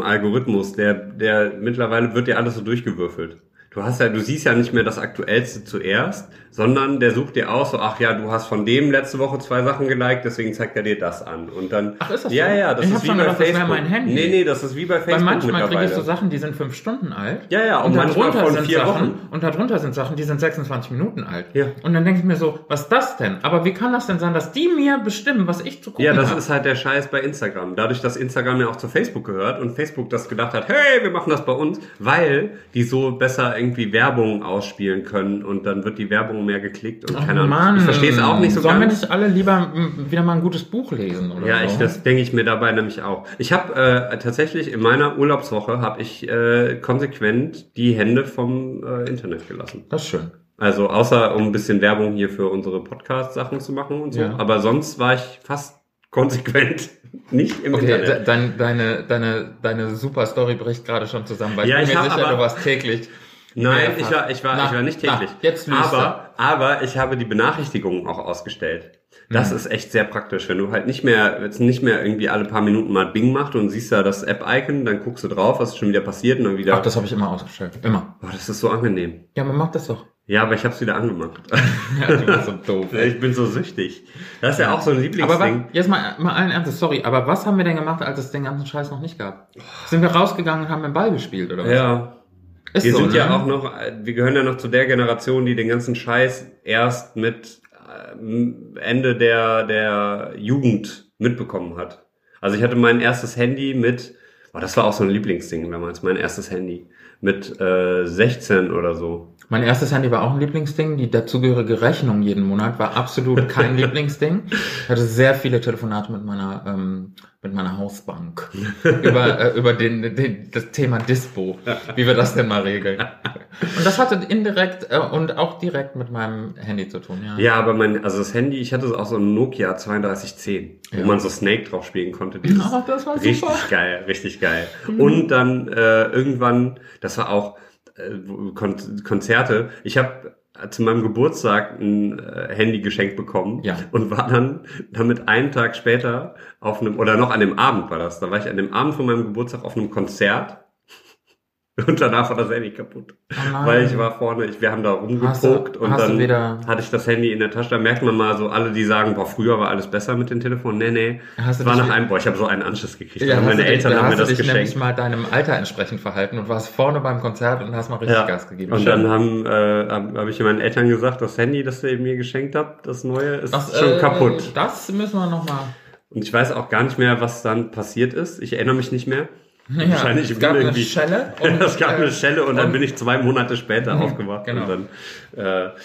S1: Instagram-Algorithmus, der, der mittlerweile wird ja alles so durchgewürfelt. Du hast ja, du siehst ja nicht mehr das Aktuellste zuerst, sondern der sucht dir aus, so, ach ja, du hast von dem letzte Woche zwei Sachen geliked, deswegen zeigt er dir das an. Und dann.
S2: Ach, ist das
S1: ja,
S2: so?
S1: ja, das
S2: Ich hab
S1: ist wie
S2: schon
S1: bei
S2: gedacht, das wär
S1: Facebook.
S2: mein Handy.
S1: Nee, nee, das ist wie bei
S2: Weil
S1: Facebook
S2: manchmal
S1: mittlerweile.
S2: kriegst du Sachen, die sind fünf Stunden alt.
S1: Ja, ja, und manchmal
S2: darunter
S1: von
S2: sind
S1: vier
S2: Sachen,
S1: Wochen.
S2: Und darunter sind Sachen, die sind 26 Minuten alt.
S1: Ja.
S2: Und dann denke ich mir so, was ist das denn? Aber wie kann das denn sein, dass die mir bestimmen, was ich zu gucken
S1: Ja, das
S2: habe?
S1: ist halt der Scheiß bei Instagram. Dadurch, dass Instagram ja auch zu Facebook gehört und Facebook das gedacht hat, hey, wir machen das bei uns, weil die so besser irgendwie Werbung ausspielen können und dann wird die Werbung mehr geklickt und
S2: Ach,
S1: keine Ahnung.
S2: Oh Mann.
S1: Ich verstehe es auch nicht so
S2: Sollen wir
S1: ganz.
S2: nicht alle lieber mm, wieder mal ein gutes Buch lesen? Oder
S1: Ja,
S2: so?
S1: ich, das denke ich mir dabei nämlich auch. Ich habe äh, tatsächlich in meiner Urlaubswoche habe ich äh, konsequent die Hände vom äh, Internet gelassen.
S2: Das ist schön.
S1: Also außer um ein bisschen Werbung hier für unsere Podcast-Sachen zu machen und so.
S2: Ja.
S1: Aber sonst war ich fast konsequent nicht im
S2: Okay,
S1: Internet.
S2: de dein, deine, deine, deine super Story bricht gerade schon zusammen, weil
S1: Ja,
S2: ich
S1: ich
S2: bin mir
S1: hab
S2: sicher,
S1: aber-
S2: du warst täglich.
S1: Nein,
S2: mehrfach.
S1: ich war, ich war,
S2: Na,
S1: ich war nicht
S2: na,
S1: täglich.
S2: jetzt löst
S1: aber, aber ich habe die Benachrichtigungen auch ausgestellt. Das
S2: Mhm.
S1: ist echt sehr praktisch, wenn du halt nicht mehr, jetzt nicht mehr irgendwie alle paar Minuten mal Bing macht und siehst da das App-Icon, dann guckst du drauf, was ist schon wieder passiert und dann wieder.
S2: Ach, das habe ich immer ausgestellt. Immer.
S1: Boah, das ist so angenehm.
S2: Ja, man macht das doch.
S1: Ja, aber ich habe es wieder angemacht.
S2: Ja, du bist so doof.
S1: ich bin so süchtig. Das ist ja auch so ein
S2: Aber wa-
S1: Lieblingsding.
S2: jetzt mal, mal allen Ernstes, sorry, aber was haben wir denn gemacht, als es den ganzen Scheiß noch nicht gab? Sind wir rausgegangen und haben den Ball gespielt, oder was?
S1: Ja,
S2: Ist
S1: wir
S2: so,
S1: sind
S2: ne?
S1: ja auch noch, äh, wir gehören ja noch zu der Generation, die den ganzen Scheiß erst mit ähm, Ende der, der Jugend mitbekommen hat. Also ich hatte mein erstes Handy mit, oh, das war auch so ein Lieblingsding damals, mein erstes Handy mit äh, 16 oder so.
S2: Mein erstes Handy war auch ein Lieblingsding. Die dazugehörige Rechnung jeden Monat war absolut kein Lieblingsding. Ich hatte sehr viele Telefonate mit meiner, ähm, mit meiner Hausbank über, äh, über den, den, das Thema Dispo, wie wir das denn mal regeln. Und das hatte indirekt äh, und auch direkt mit meinem Handy zu tun, ja.
S1: Ja, aber mein, also das Handy, ich hatte auch so ein Nokia 3210,
S2: Ja. Oh,
S1: wo man so Snake drauf spielen konnte. Dieses,
S2: Ach, das war
S1: Richtig
S2: super. Mhm.
S1: geil, richtig geil. Und dann äh, irgendwann, das war auch äh, wo- Kon Konzerte. Ich habe zu meinem Geburtstag ein äh, Handy geschenkt bekommen
S2: Ja.
S1: und war dann damit einen Tag später auf einem, oder noch an dem Abend war das, da war ich an dem Abend von meinem Geburtstag auf einem Konzert und danach war das Handy kaputt.
S2: Oh nein.
S1: Weil ich war vorne, ich, wir haben da
S2: Hast du-
S1: rumgepokt und
S2: hast du
S1: dann
S2: wieder-
S1: hatte ich das Handy in der Tasche. Da merkt man mal so alle, die sagen, boah, früher war alles besser mit den Telefonen. Nee, nee.
S2: Hast du
S1: war
S2: dich-
S1: nach einem, boah, ich habe so einen Anschiss gekriegt.
S2: Ja,
S1: Also meine
S2: hast du dich-
S1: Eltern
S2: da
S1: haben mir
S2: hast du
S1: das
S2: dich nämlich
S1: geschenkt.
S2: mal deinem Alter entsprechend verhalten und warst vorne beim Konzert und hast mal richtig
S1: Ja.
S2: Gas gegeben.
S1: Und
S2: Schön.
S1: dann haben, äh, habe hab ich meinen Eltern gesagt, das Handy, das ihr mir geschenkt habt, das neue, ist
S2: Das,
S1: schon
S2: äh,
S1: kaputt.
S2: Das müssen wir nochmal.
S1: Und ich weiß auch gar nicht mehr, was dann passiert ist. Ich erinnere mich nicht mehr.
S2: Ja,
S1: Wahrscheinlich
S2: es gab
S1: bin
S2: eine
S1: irgendwie-
S2: Schelle.
S1: es gab
S2: äh,
S1: eine Schelle und dann
S2: und-
S1: bin ich zwei Monate später aufgewacht
S2: genau.
S1: und dann äh,
S2: Ich
S1: Hab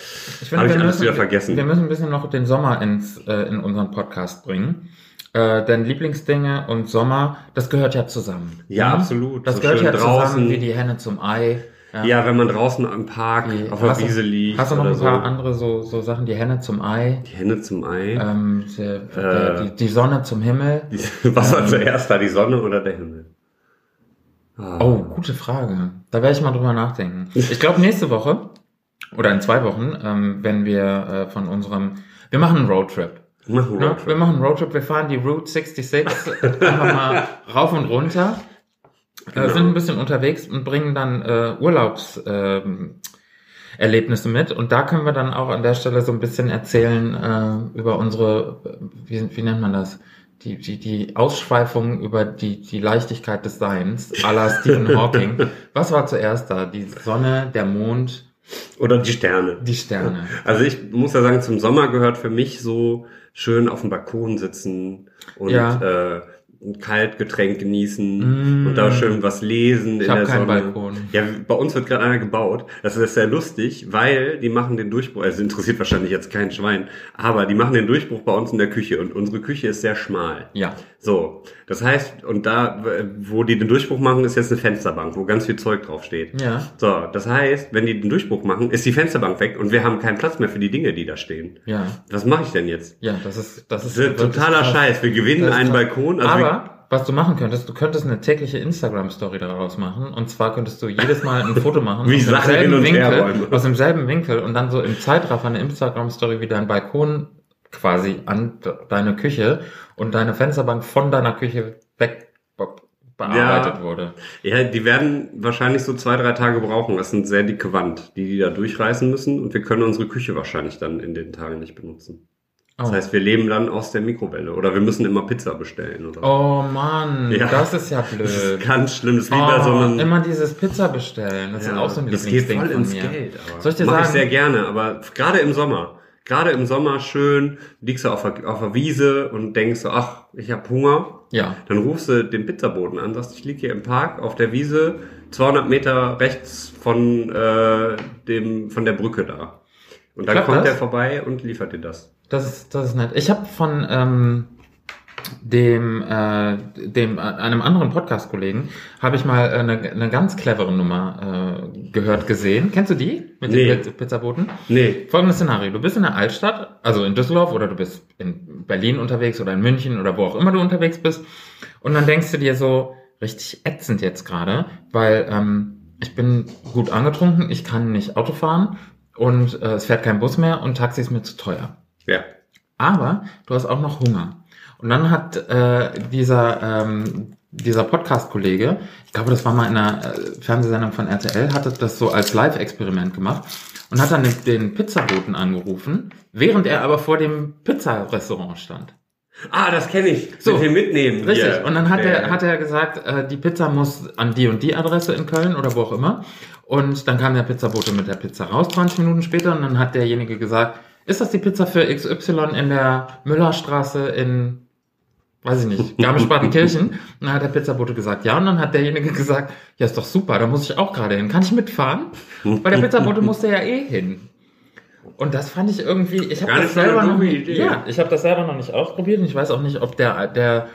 S1: ich
S2: wir
S1: alles
S2: müssen,
S1: wieder vergessen.
S2: Wir müssen ein bisschen noch den Sommer ins, äh, in unseren Podcast bringen. Äh, denn Lieblingsdinge und Sommer, das gehört ja zusammen.
S1: Ja,
S2: Ne?
S1: absolut.
S2: Das
S1: So
S2: gehört
S1: schön
S2: ja
S1: draußen.
S2: zusammen wie die Henne zum Ei.
S1: Ja, wenn man draußen im Park
S2: Die-
S1: auf der
S2: Mhm. hast du-
S1: Wiese liegt.
S2: Hast du noch
S1: oder
S2: ein paar
S1: so.
S2: andere so, so Sachen? Die Henne zum Ei,
S1: Die Äh. Hände zum Ei.
S2: ähm, die, der- die, die Sonne zum Himmel.
S1: Die- Was war zuerst da, die Sonne oder der Himmel? Ah.
S2: Oh, gute Frage. Da werde ich mal drüber nachdenken. Ich glaube, nächste Woche oder in zwei Wochen, ähm, wenn wir äh, von unserem... Wir machen einen Roadtrip.
S1: Mach einen
S2: Ne?
S1: Roadtrip.
S2: Wir machen einen Roadtrip, wir fahren die Route 66 einfach mal rauf und runter, äh,
S1: Genau.
S2: sind ein bisschen unterwegs und bringen dann äh, Urlaubserlebnisse Erlebnisse mit. Und da können wir dann auch an der Stelle so ein bisschen erzählen äh, über unsere, äh, wie, wie nennt man das? Die, die, die Ausschweifung über die, die Leichtigkeit des Seins à la Stephen Hawking. Was war zuerst da? Die Sonne, der Mond,
S1: Oder die Sterne.
S2: die Sterne.
S1: Also ich muss ja sagen, zum Sommer gehört für mich so schön auf dem Balkon sitzen und
S2: Ja.
S1: äh, ein Kaltgetränk genießen
S2: Mm.
S1: und da schön was lesen
S2: Ich
S1: in
S2: habe
S1: der
S2: keinen
S1: Sonne.
S2: Balkon.
S1: Ja, bei uns wird gerade einer gebaut. Das ist sehr lustig, weil die machen den Durchbruch, also interessiert wahrscheinlich jetzt kein Schwein, aber die machen den Durchbruch bei uns in der Küche und unsere Küche ist sehr schmal.
S2: Ja.
S1: So, das heißt, und da, wo die den Durchbruch machen, ist jetzt eine Fensterbank, wo ganz viel Zeug draufsteht.
S2: Ja.
S1: So, das heißt, wenn die den Durchbruch machen, ist die Fensterbank weg und wir haben keinen Platz mehr für die Dinge, die da stehen.
S2: Ja.
S1: Was mache ich denn jetzt?
S2: Ja, das ist
S1: Das
S2: das ist
S1: ist
S2: wirklich
S1: totaler
S2: krass.
S1: Scheiß. Wir gewinnen
S2: Das ist
S1: einen
S2: krass.
S1: Balkon. Also wir,
S2: Aber was du machen könntest, du könntest eine tägliche Instagram-Story daraus machen. Und zwar könntest du jedes Mal ein Foto machen.
S1: Wie
S2: aus
S1: Sachen
S2: demselben
S1: hin und her
S2: Winkel,
S1: räumen.
S2: Aus demselben Winkel und dann so im Zeitraffer eine Instagram-Story wie dein Balkon quasi an de- deine Küche und deine Fensterbank von deiner Küche weg be- bearbeitet
S1: Ja.
S2: wurde.
S1: Ja, die werden wahrscheinlich so zwei, drei Tage brauchen. Das sind sehr dicke Wand, die die da durchreißen müssen. Und wir können unsere Küche wahrscheinlich dann in den Tagen nicht benutzen.
S2: Oh,
S1: Das heißt, wir leben dann aus der Mikrowelle. Oder wir müssen immer Pizza bestellen. Oder?
S2: oh äh, Mann,
S1: Ja.
S2: das ist ja blöd. Oh,
S1: Das ist ganz schlimm. Das ist wie bei so einem...
S2: immer dieses Pizza bestellen. Das ist
S1: Ja,
S2: auch so ein
S1: das geht
S2: Lieblingsding
S1: voll
S2: von
S1: ins
S2: mir.
S1: Geld. Aber
S2: Soll ich dir
S1: Mach ich
S2: sagen-
S1: sehr gerne, aber gerade im Sommer. Gerade im Sommer schön, liegst du auf der, auf der Wiese und denkst so, ach, ich habe Hunger.
S2: Ja.
S1: Dann rufst du den Pizzaboden an, sagst, ich liege hier im Park auf der Wiese, 200 Meter rechts von, äh, dem, von der Brücke da. Und dann
S2: Klappt
S1: kommt
S2: das?
S1: der vorbei und liefert dir das.
S2: Das ist, das ist nett. Ich habe von ähm, dem, äh, dem äh, einem anderen Podcast-Kollegen habe ich mal äh, eine, eine ganz clevere Nummer äh, gehört gesehen. Kennst du die mit
S1: Nee.
S2: den Piz- Pizzaboten?
S1: Nee,
S2: Folgendes Szenario: Du bist in der Altstadt, also in Düsseldorf oder du bist in Berlin unterwegs oder in München oder wo auch immer du unterwegs bist. Und dann denkst du dir so richtig ätzend jetzt gerade, weil ähm, ich bin gut angetrunken, ich kann nicht Auto fahren und äh, es fährt kein Bus mehr und Taxi ist mir zu teuer.
S1: ja.
S2: Aber du hast auch noch Hunger. Und dann hat äh, dieser, ähm, dieser Podcast-Kollege, ich glaube, das war mal in einer äh, Fernsehsendung von RTL, hatte das so als Live-Experiment gemacht und hat dann den, den Pizzaboten angerufen, während er aber vor dem Pizzarestaurant stand.
S1: Ah, das kenne ich.
S2: So.
S1: So viel mitnehmen.
S2: Richtig.
S1: hier.
S2: Und dann hat er,
S1: Nee.
S2: hat er gesagt, äh, die Pizza muss an die und die Adresse in Köln oder wo auch immer. Und dann kam der Pizzabote mit der Pizza raus, 20 Minuten später. Und dann hat derjenige gesagt, ist das die Pizza für XY in der Müllerstraße in, weiß ich nicht, Garmisch-Partenkirchen? und dann hat der Pizzabote gesagt, ja. Und dann hat derjenige gesagt, ja, ist doch super, da muss ich auch gerade hin. Kann ich mitfahren? Weil der Pizzabote musste ja eh hin. Und das fand ich irgendwie, ich habe
S1: Gar nicht
S2: das
S1: so eine
S2: selber noch
S1: dumme
S2: nicht,
S1: Idee.
S2: ja, ich habe das selber noch nicht ausprobiert und ich weiß auch nicht, ob der, der,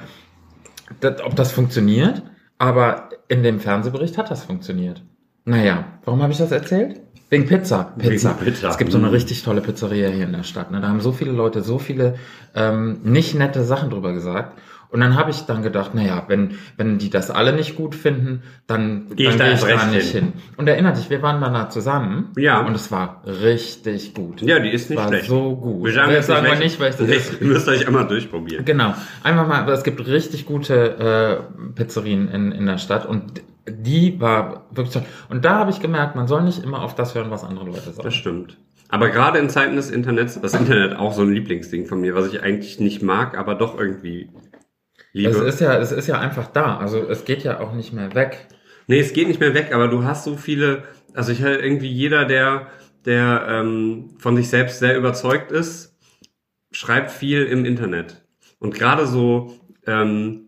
S2: der ob das funktioniert, aber in dem Fernsehbericht hat das funktioniert. Naja, warum habe ich das erzählt? Wegen Pizza. Pizza.
S1: Wegen Pizza.
S2: Es gibt so eine
S1: Mhm.
S2: richtig tolle Pizzeria hier in der Stadt. Ne? Da haben so viele Leute so viele ähm, nicht nette Sachen drüber gesagt. Und dann habe ich dann gedacht, naja, wenn, wenn die das alle nicht gut finden, dann
S1: Geh ich
S2: dann
S1: da
S2: geh
S1: erst
S2: da
S1: recht
S2: nicht
S1: hin.
S2: hin. Und erinnert dich, wir waren danach zusammen.
S1: Ja.
S2: Und es war richtig gut.
S1: Ja, die ist nicht
S2: war
S1: schlecht.
S2: so gut.
S1: Wir sagen
S2: Wir
S1: jetzt
S2: sagen
S1: nicht,
S2: mal nicht, weil ich das
S1: das Ihr müsst euch einmal durchprobieren.
S2: Genau. Einfach mal, aber es gibt richtig gute äh, Pizzerien in, in der Stadt und die war wirklich toll. Und da habe ich gemerkt, man soll nicht immer auf das hören, was andere Leute
S1: Das
S2: sagen.
S1: stimmt. Aber gerade in Zeiten des Internets, das Internet auch so ein Lieblingsding von mir, was ich eigentlich nicht mag, aber doch irgendwie liebe.
S2: Es ist ja, es ist ja einfach da. Also es geht ja auch nicht mehr weg.
S1: nee, es geht nicht mehr weg, aber du hast so viele, also ich halt irgendwie jeder, der, der ähm, von sich selbst sehr überzeugt ist, schreibt viel im Internet. Und gerade so, ähm,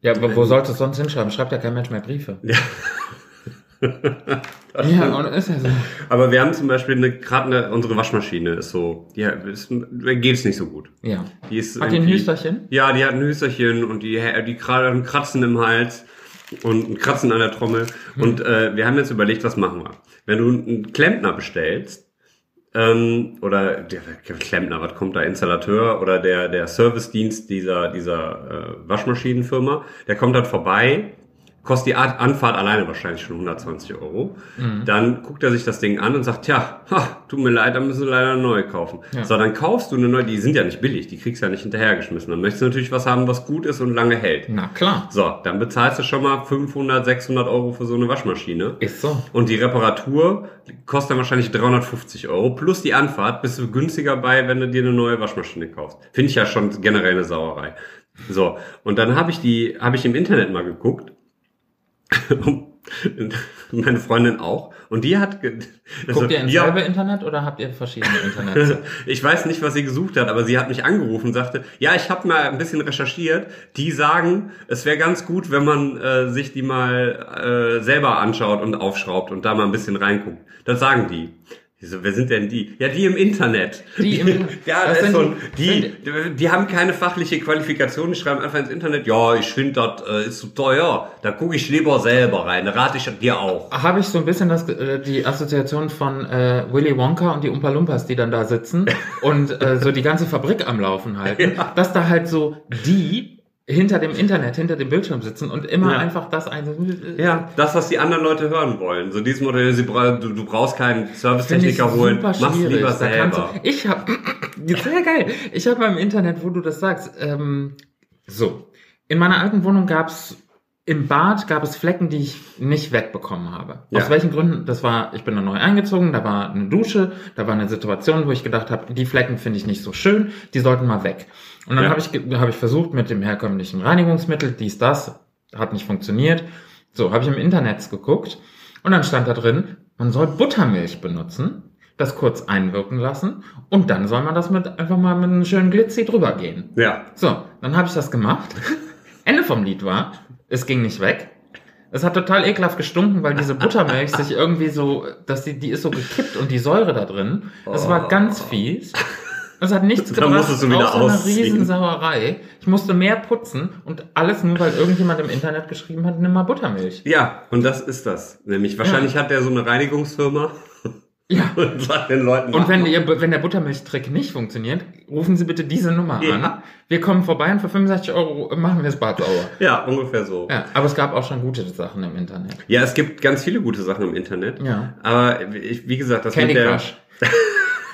S2: Ja, aber wo sollst du es sonst hinschreiben? Schreibt ja kein Mensch mehr Briefe.
S1: ja.
S2: Ja, und ist ja so.
S1: aber wir haben zum Beispiel eine, gerade eine, unsere Waschmaschine ist so, ja, ist, geht's nicht so gut.
S2: Ja.
S1: Die ist
S2: Hat die ein
S1: irgendwie-
S2: Hüsterchen?
S1: Ja, die hat ein Hüsterchen und die, die kra- haben Kratzen im Hals und ein Kratzen an der Trommel. Und äh, wir haben jetzt überlegt, was machen wir? Wenn du einen Klempner bestellst, ähm, oder der Klempner, was kommt da, Installateur oder der, der Servicedienst dieser, dieser äh, Waschmaschinenfirma, der kommt dann vorbei, kostet die Art Anfahrt alleine wahrscheinlich schon 120 Euro. Dann guckt er sich das Ding an und sagt, tja, ha, tut mir leid, dann müssen wir leider eine neue kaufen.
S2: Ja.
S1: So, dann kaufst du eine neue, die sind ja nicht billig, die kriegst du ja nicht hinterhergeschmissen. Dann möchtest du natürlich was haben, was gut ist und lange hält.
S2: Na klar.
S1: So, dann bezahlst du schon mal 500, 600 Euro für so eine Waschmaschine.
S2: Ist so.
S1: Und die Reparatur kostet dann wahrscheinlich 350 Euro. Plus die Anfahrt bist du günstiger bei, wenn du dir eine neue Waschmaschine kaufst. Finde ich ja schon generell eine Sauerei. So, und dann habe ich die, habe ich im Internet mal geguckt. meine Freundin auch. Und die hat, ge- also,
S2: Guckt ihr ins
S1: die auch-
S2: selbe Internet oder habt ihr verschiedene Internets?
S1: Also, ich weiß nicht, was sie gesucht hat, aber sie hat mich angerufen und sagte, ja, ich habe mal ein bisschen recherchiert. Die sagen, es wäre ganz gut, wenn man äh, sich die mal äh, selber anschaut und aufschraubt und da mal ein bisschen reinguckt. Das sagen die. Ich so, wer sind denn die? Ja, die im Internet.
S2: Die im-
S1: ja, das
S2: das
S1: ist
S2: sind
S1: so, ein-
S2: die-
S1: die, die, die haben keine fachliche Qualifikation, die schreiben einfach ins Internet, ja, ich finde, das äh, ist zu teuer, da gucke ich lieber selber rein, da rate ich dir auch.
S2: Habe ich so ein bisschen das, äh, die Assoziation von äh, Willy Wonka und die Oompa Loompas, die dann da sitzen und äh, so die ganze Fabrik am Laufen halten, dass da halt so die hinter dem Internet, hinter dem Bildschirm sitzen und immer
S1: Ja.
S2: einfach das ein. äh,
S1: Ja, das, was die anderen Leute hören wollen. So dieses Modell, sie bra du, du brauchst keinen
S2: Finde ich
S1: Servicetechniker holen,
S2: super
S1: mach's
S2: schwierig.
S1: lieber
S2: Da kannst
S1: selber.
S2: Du, ich habe sehr geil. Ich habe im Internet, wo du das sagst, ähm, so in meiner alten Wohnung gab's im Bad gab es Flecken, die ich nicht wegbekommen habe.
S1: Ja.
S2: Aus welchen Gründen? Das war, ich bin da neu eingezogen, da war eine Dusche, da war eine Situation, wo ich gedacht habe, die Flecken finde ich nicht so schön, die sollten mal weg. Und dann
S1: Ja.
S2: habe ich, ge- habe ich versucht mit dem herkömmlichen Reinigungsmittel, dies, das, hat nicht funktioniert. So, habe ich im Internet geguckt und dann stand da drin, man soll Buttermilch benutzen, das kurz einwirken lassen und dann soll man das mit einfach mal mit einem schönen Glitzy drüber gehen.
S1: Ja,
S2: So, dann habe ich das gemacht. Ende vom Lied war, es ging nicht weg. Es hat total ekelhaft gestunken, weil diese Buttermilch sich irgendwie so, dass die, die ist so gekippt und die Säure da drin. Das war
S1: Oh.
S2: ganz fies. Es hat nichts
S1: Dann musstest du wieder
S2: außer eine
S1: ausziehen.
S2: Riesensauerei. Ich musste mehr putzen und alles nur, weil irgendjemand im Internet geschrieben hat, nimm mal Buttermilch.
S1: ja, und das ist das. Nämlich, wahrscheinlich hat der so eine Reinigungsfirma
S2: Ja.
S1: und sagt den Leuten,
S2: Und wenn, ihr, wenn der Buttermilchtrick nicht funktioniert, rufen Sie bitte diese Nummer
S1: Ja.
S2: an. Wir kommen vorbei und für 65 Euro machen wir es Bad sauber.
S1: ja, ungefähr so. Ja.
S2: Ja, aber es gab auch schon gute Sachen im Internet.
S1: es gibt ganz viele gute Sachen im Internet.
S2: Ja.
S1: Aber ich, wie gesagt, das
S2: Candy
S1: mit der,
S2: Crush.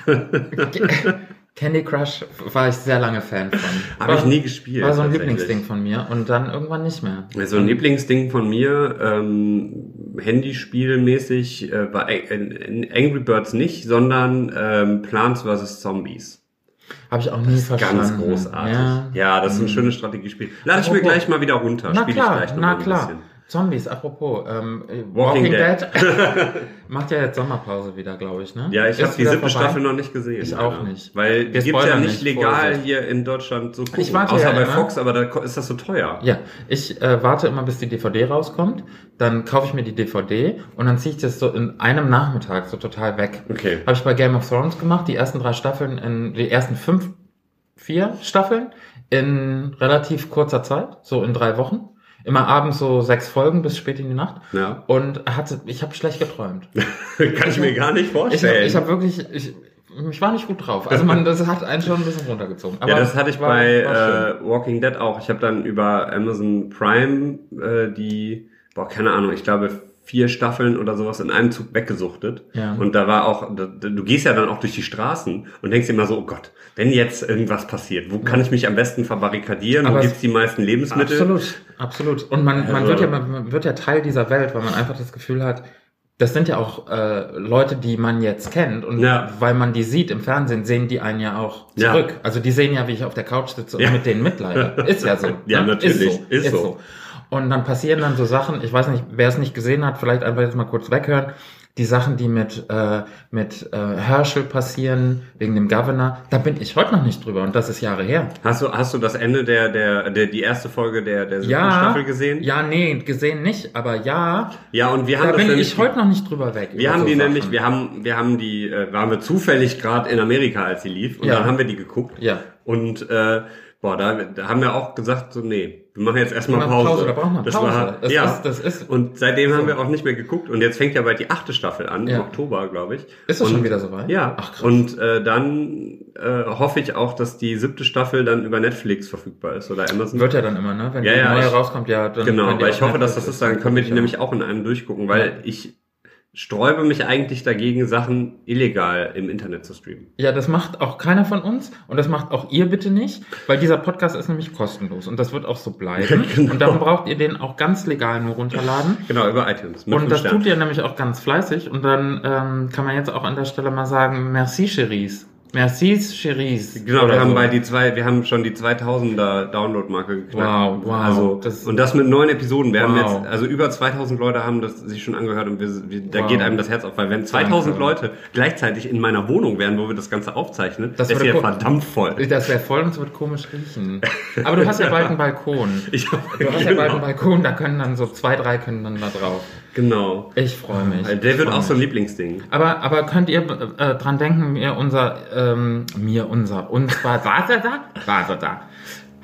S2: Candy Crush war ich sehr lange Fan von.
S1: habe
S2: War-
S1: ich nie gespielt.
S2: War so ein
S1: tatsächlich.
S2: Lieblingsding von mir und dann irgendwann nicht mehr.
S1: Also ein Lieblingsding von mir, ähm, Handyspielmäßig, äh, war äh, äh, Angry Birds nicht, sondern ähm, Plants vs. Zombies.
S2: Habe ich auch nie verstanden.
S1: Ganz großartig. Ja, das ist ein schönes Strategiespiel. Lade ich mir
S2: Apropos-
S1: gleich mal wieder runter.
S2: Na
S1: Spiele ich
S2: klar,
S1: gleich noch
S2: na
S1: mal ein
S2: klar.
S1: bisschen.
S2: Zombies, apropos. Ähm, äh, Walking,
S1: Dead.
S2: Dead, macht ja jetzt Sommerpause wieder, glaube ich, ne?
S1: Ja, ich
S2: Ist
S1: habe die
S2: wieder
S1: siebte
S2: vorbei?
S1: Staffel noch nicht gesehen.
S2: Ich auch
S1: leider.
S2: nicht.
S1: Weil die
S2: Wir
S1: gibt's ja
S2: spoilern
S1: nicht
S2: nicht,
S1: legal
S2: Vorsicht.
S1: hier in Deutschland so gucken.
S2: warte
S1: Außer
S2: ja
S1: bei
S2: immer.
S1: Fox, aber da ko- ist das so teuer.
S2: Ja, ich äh, warte immer, bis die DVD rauskommt. Dann kaufe ich mir die DVD und dann ziehe ich das so in einem Nachmittag so total weg.
S1: Okay.
S2: Habe ich bei Game of Thrones gemacht, die ersten drei Staffeln, in, die ersten fünf, vier Staffeln in relativ kurzer Zeit, so in drei Wochen. Immer abends so sechs Folgen bis spät in die Nacht.
S1: Ja.
S2: Und hatte, ich habe schlecht geträumt.
S1: Kann ich mir gar nicht
S2: Ich habe
S1: vorstellen.
S2: ich hab wirklich, ich, ich war nicht gut drauf. Also man, das hat einen schon ein bisschen runtergezogen. Aber
S1: ja, das hatte ich
S2: war-
S1: bei
S2: war schön.
S1: äh, Walking Dead auch. Ich habe dann über Amazon Prime äh, die, boah, keine Ahnung, ich glaube vier Staffeln oder sowas in einem Zug weggesuchtet.
S2: Ja.
S1: Und da war auch, da, da- du gehst ja dann auch durch die Straßen und denkst dir immer so, oh Gott, wenn jetzt irgendwas passiert, wo kann ich mich am besten verbarrikadieren?
S2: Aber
S1: wo
S2: es-
S1: gibt's die meisten Lebensmittel?
S2: Absolut, absolut. Und man, man,
S1: Also-
S2: wird ja, man wird ja Teil dieser Welt, weil man einfach das Gefühl hat, das sind ja auch äh, Leute, die man jetzt kennt. Und
S1: Ja.
S2: weil man die sieht im Fernsehen, sehen die einen ja auch
S1: Ja.
S2: zurück. Also die sehen ja, wie ich auf der Couch sitze und
S1: Ja.
S2: mit denen mitleide. Ist ja so.
S1: Ja, natürlich. Ist so.
S2: Und dann passieren dann so Sachen, ich weiß nicht, wer es nicht gesehen hat, vielleicht einfach jetzt mal kurz weghören. Die Sachen, die mit, äh, mit äh, Herschel passieren, wegen dem Governor, da bin ich heute noch nicht drüber und das ist Jahre her.
S1: Hast du, hast du das Ende der, der, der, die erste Folge der, der siebten
S2: Ja.
S1: Äh, Staffel gesehen?
S2: Ja, nee, gesehen nicht, aber ja,
S1: Ja, und wir haben
S2: da
S1: das
S2: bin
S1: nämlich-
S2: ich heute noch nicht drüber weg.
S1: Wir
S2: über
S1: haben
S2: so
S1: die
S2: Sachen.
S1: nämlich, wir haben, wir haben die, äh, waren wir zufällig gerade in Amerika, als sie lief, und
S2: Ja.
S1: dann haben wir die geguckt.
S2: Ja.
S1: Und äh, boah, da, da haben wir auch gesagt, so, nee, wir machen jetzt erstmal
S2: Mal
S1: Pause.
S2: Pause, da braucht man
S1: das
S2: Pause.
S1: War,
S2: Das
S1: ja.
S2: ist- das ist-
S1: und seitdem haben wir auch nicht mehr geguckt. Und jetzt fängt ja bald die achte Staffel an,
S2: Ja.
S1: im Oktober, glaube ich.
S2: Ist das
S1: und,
S2: schon wieder soweit?
S1: Ja.
S2: Ach, krass.
S1: Und äh, dann äh, hoffe ich auch, dass die siebte Staffel dann über Netflix verfügbar ist oder Amazon.
S2: Wird ja dann immer, ne? Wenn
S1: Ja,
S2: die
S1: ja,
S2: neue
S1: ich-
S2: rauskommt, ja, dann. wenn
S1: Genau,
S2: die
S1: weil
S2: auf
S1: ich hoffe, dass
S2: Netflix
S1: das ist, dann können wir die
S2: ja.
S1: nämlich auch in einem durchgucken, weil
S2: Ja.
S1: ich sträube mich eigentlich dagegen, Sachen illegal im Internet zu streamen.
S2: Ja, das macht auch keiner von uns und das macht auch ihr bitte nicht, weil dieser Podcast ist nämlich kostenlos und das wird auch so bleiben.
S1: genau.
S2: Und darum braucht ihr den auch ganz legal nur runterladen.
S1: Genau, über iTunes. mit
S2: Und
S1: fünf
S2: das
S1: Sternen.
S2: tut ihr nämlich auch ganz fleißig und dann ähm, kann man jetzt auch an der Stelle mal sagen, merci, Cherise. Merci's Cherise.
S1: Genau,
S2: Oder
S1: wir haben
S2: so.
S1: bei die zwei, wir haben schon die 2000er Download-Marke geknackt.
S2: Wow, wow,
S1: Also,
S2: das-
S1: und das mit neun Episoden. Wir
S2: Wow.
S1: haben jetzt, also über 2000 Leute haben das sich schon angehört und wir, wir, da
S2: Wow.
S1: geht einem das Herz auf, weil wenn 2000
S2: Danke.
S1: Leute gleichzeitig in meiner Wohnung wären, wo wir das Ganze aufzeichnen,
S2: Das
S1: das ist
S2: würde
S1: ja
S2: gu-
S1: verdammt voll.
S2: Das wäre voll und es wird komisch riechen. Aber du hast ja bald einen Balkon.
S1: Ich hab,
S2: Du hast ja bald einen
S1: genau.
S2: Balkon, da können dann so zwei, drei können dann da drauf.
S1: genau.
S2: Ich freue mich.
S1: Also Der
S2: Ich
S1: wird
S2: freu
S1: auch so ein
S2: mich.
S1: Lieblingsding.
S2: Aber, aber könnt ihr äh, dran denken, mir unser, ähm, mir unser, uns war, war da da? War da da?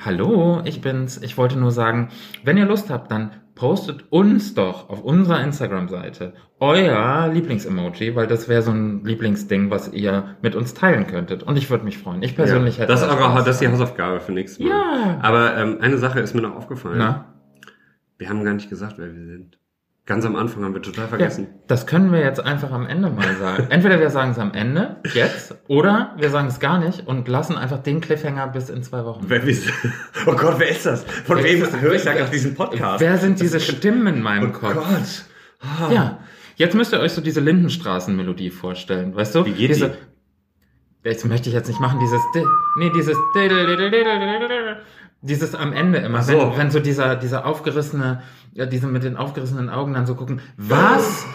S2: Hallo, ich bin's. Ich wollte nur sagen, wenn ihr Lust habt, dann postet uns doch auf unserer Instagram-Seite euer Lieblingsemoji, weil das wäre so ein Lieblingsding, was ihr mit uns teilen könntet. Und ich würde mich freuen. Ich persönlich
S1: ja.
S2: hätte
S1: das, ist
S2: da
S1: eure,
S2: Spaß
S1: das ist die
S2: dran.
S1: Hausaufgabe für nächstes Mal.
S2: Ja.
S1: Aber ähm, eine Sache ist mir noch aufgefallen.
S2: Na?
S1: Wir haben gar nicht gesagt, wer wir sind. Ganz am Anfang haben wir total vergessen.
S2: Ja, das können wir jetzt einfach am Ende mal sagen. Entweder wir sagen es am Ende, jetzt, oder wir sagen es gar nicht und lassen einfach den Cliffhanger bis in zwei Wochen.
S1: Wer wir sind. Oh Gott, wer ist das? Von
S2: Wer
S1: wem
S2: ist das?
S1: höre ich da gerade diesen Podcast?
S2: Wer sind diese Stimmen in meinem
S1: Oh
S2: Kopf?
S1: Gott. Ah.
S2: Ja, jetzt müsst ihr euch so diese Lindenstraßen-Melodie vorstellen, weißt du?
S1: Wie geht
S2: diese,
S1: die?
S2: Das möchte ich jetzt nicht machen, dieses, Di- nee, dieses, Diddle, Diddle, Diddle, Diddle, Diddle. dieses am Ende immer,
S1: Ach so.
S2: wenn, wenn so dieser, dieser aufgerissene, ja, diese mit den aufgerissenen Augen dann so gucken, was?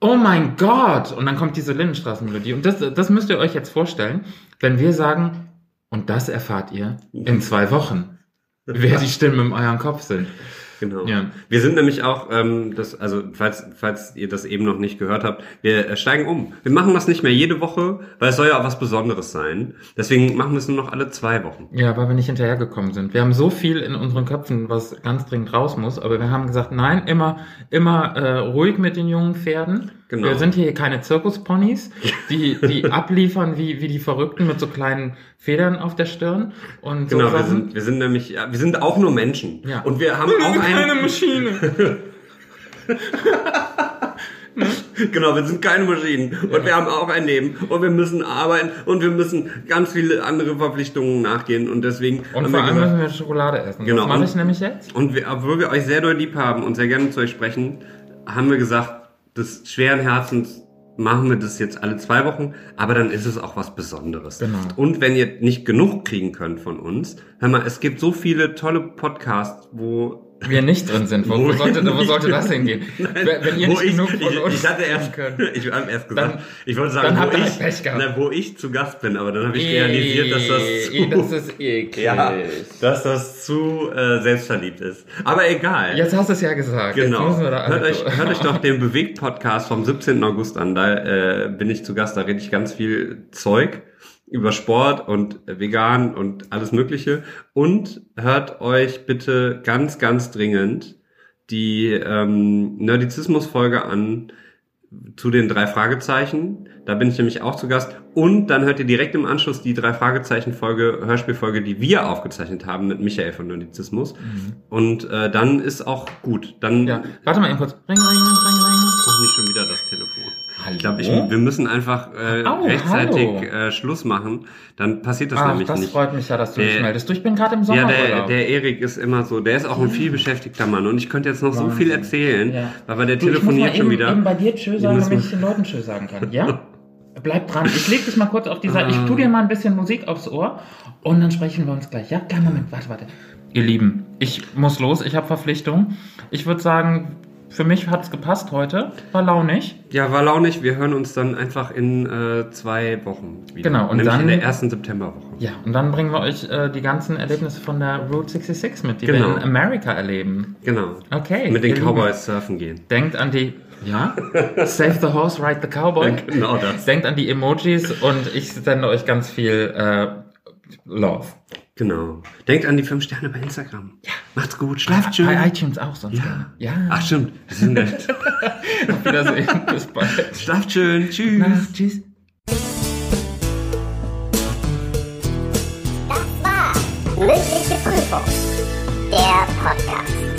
S2: Oh mein Gott! Und dann kommt diese Lindenstraßenmelodie. Und das, das müsst ihr euch jetzt vorstellen, wenn wir sagen, und das erfahrt ihr in zwei Wochen, wer die Stimmen in eurem Kopf sind.
S1: Genau.
S2: Ja.
S1: Wir sind nämlich auch, ähm, das, also falls, falls ihr das eben noch nicht gehört habt, wir äh, steigen um. Wir machen das nicht mehr jede Woche, weil es soll ja auch was Besonderes sein. Deswegen machen wir es nur noch alle zwei Wochen.
S2: Ja, weil wir nicht hinterhergekommen sind. Wir haben so viel in unseren Köpfen, was ganz dringend raus muss, aber wir haben gesagt, nein, immer, immer äh, ruhig mit den jungen Pferden.
S1: Genau.
S2: Wir sind hier keine Zirkusponys, die, die abliefern wie, wie die Verrückten mit so kleinen Federn auf der Stirn. Und
S1: Genau,
S2: so
S1: wir
S2: Sachen.
S1: sind, wir sind nämlich, ja, wir sind auch nur Menschen.
S2: Ja.
S1: Und wir haben
S2: Wir
S1: auch
S2: sind keine
S1: einen,
S2: Maschine.
S1: genau, wir sind keine Maschinen. Und wir haben auch ein Leben. Und wir müssen arbeiten. Und wir müssen ganz viele andere Verpflichtungen nachgehen. Und deswegen
S2: Und
S1: haben
S2: vor
S1: wir
S2: allem
S1: gesagt,
S2: müssen wir Schokolade essen.
S1: Genau,
S2: Das mache
S1: und-
S2: ich nämlich jetzt.
S1: Und wir, obwohl wir euch sehr doll lieb haben und sehr gerne zu euch sprechen, haben wir gesagt, des schweren Herzens machen wir das jetzt alle zwei Wochen, aber dann ist es auch was Besonderes.
S2: Genau.
S1: Und wenn ihr nicht genug kriegen könnt von uns, hör mal, es gibt so viele tolle Podcasts, wo
S2: Wir nicht drin sind. Wo,
S1: Wo
S2: wo,
S1: wir
S2: sollte, wo
S1: nicht
S2: sollte das
S1: drin
S2: hingehen? Wenn wenn ihr
S1: wo
S2: nicht genug von
S1: ich,
S2: uns
S1: ich hatte erst,
S2: kriegen könnt.
S1: ich habe erst gesagt,
S2: Dann-
S1: ich wollte sagen,
S2: dann habt
S1: wo,
S2: ihr
S1: ich,
S2: Pech gehabt.
S1: na, wo ich zu Gast bin, aber dann habe ich realisiert, dass das zu,
S2: Ih, E, das ist eklig.
S1: ja, dass das zu äh, selbstverliebt ist. Aber egal.
S2: Jetzt hast du es ja gesagt. Jetzt
S1: Genau.
S2: müssen wir da alle
S1: Hört euch,
S2: durch.
S1: hört euch doch den Bewegt-Podcast vom 17. August an. Da äh, bin ich zu Gast. Da rede ich ganz viel Zeug über Sport und äh, vegan und alles Mögliche. Und hört euch bitte ganz, ganz dringend die ähm, Nerdizismus-Folge an zu den drei Fragezeichen. Da bin ich nämlich auch zu Gast. Und dann hört ihr direkt im Anschluss die drei Fragezeichen-Folge, Hörspielfolge, die wir aufgezeichnet haben mit Michael von Nerdizismus. Und äh, dann ist auch gut. Dann
S2: Mhm. Ja, warte mal eben kurz. Ring, ring, ring, ring.
S1: Doch nicht schon wieder das Telefon.
S2: Hallo?
S1: Ich glaube, ich, wir müssen einfach äh,
S2: Au,
S1: rechtzeitig
S2: hallo.
S1: äh, Schluss machen. Dann passiert das
S2: Ach,
S1: nämlich
S2: das
S1: nicht.
S2: freut mich ja, dass du dich
S1: Der-
S2: meldest. Du, ich bin gerade im
S1: Ja, der,
S2: Sommerurlaub.
S1: der Erik ist immer so. Der ist auch ein vielbeschäftigter Mann. Und ich könnte jetzt noch so
S2: Wahnsinn.
S1: viel erzählen,
S2: Ja.
S1: aber der
S2: du, ich muss
S1: telefoniert
S2: mal eben,
S1: schon wieder.
S2: eben bei dir Tschö
S1: Wir
S2: sagen,
S1: müssen-
S2: damit ich den Leuten Tschö sagen kann. Ja? Bleib dran. Ich leg dich mal kurz auf die Seite. Ich tu dir mal ein bisschen Musik aufs Ohr und dann sprechen wir uns gleich. Ja, kleinen Moment. Warte, warte. Ihr Lieben, ich muss los. Ich habe Verpflichtungen. Ich würde sagen, für mich hat's gepasst heute. War launig.
S1: Ja, war launig. Wir hören uns dann einfach in äh, zwei Wochen wieder.
S2: Genau, und
S1: Nämlich
S2: dann-
S1: in der ersten Septemberwoche.
S2: Ja, und dann bringen wir euch äh, die ganzen Erlebnisse von der Route 66 mit, die
S1: Genau.
S2: wir in Amerika erleben.
S1: Genau.
S2: Okay.
S1: Mit den
S2: ihr Lieben,
S1: Cowboys surfen gehen.
S2: Denkt an die, ja, save the horse, ride the cowboy.
S1: Genau das.
S2: Denkt an die Emojis und ich sende euch ganz viel äh, Love.
S1: Genau. Denkt an die fünf Sterne bei Instagram. Ja. Macht's gut. Schlaft schön.
S2: Bei iTunes auch sonst.
S1: Ja.
S2: gerne. Ja,
S1: Ach stimmt. Wir sind nett.
S2: auf Wiedersehen. Bis bald.
S1: Schlaft schön. Tschüss.
S2: Na, tschüss.
S5: Das war mündliche Prüfung. Der Podcast.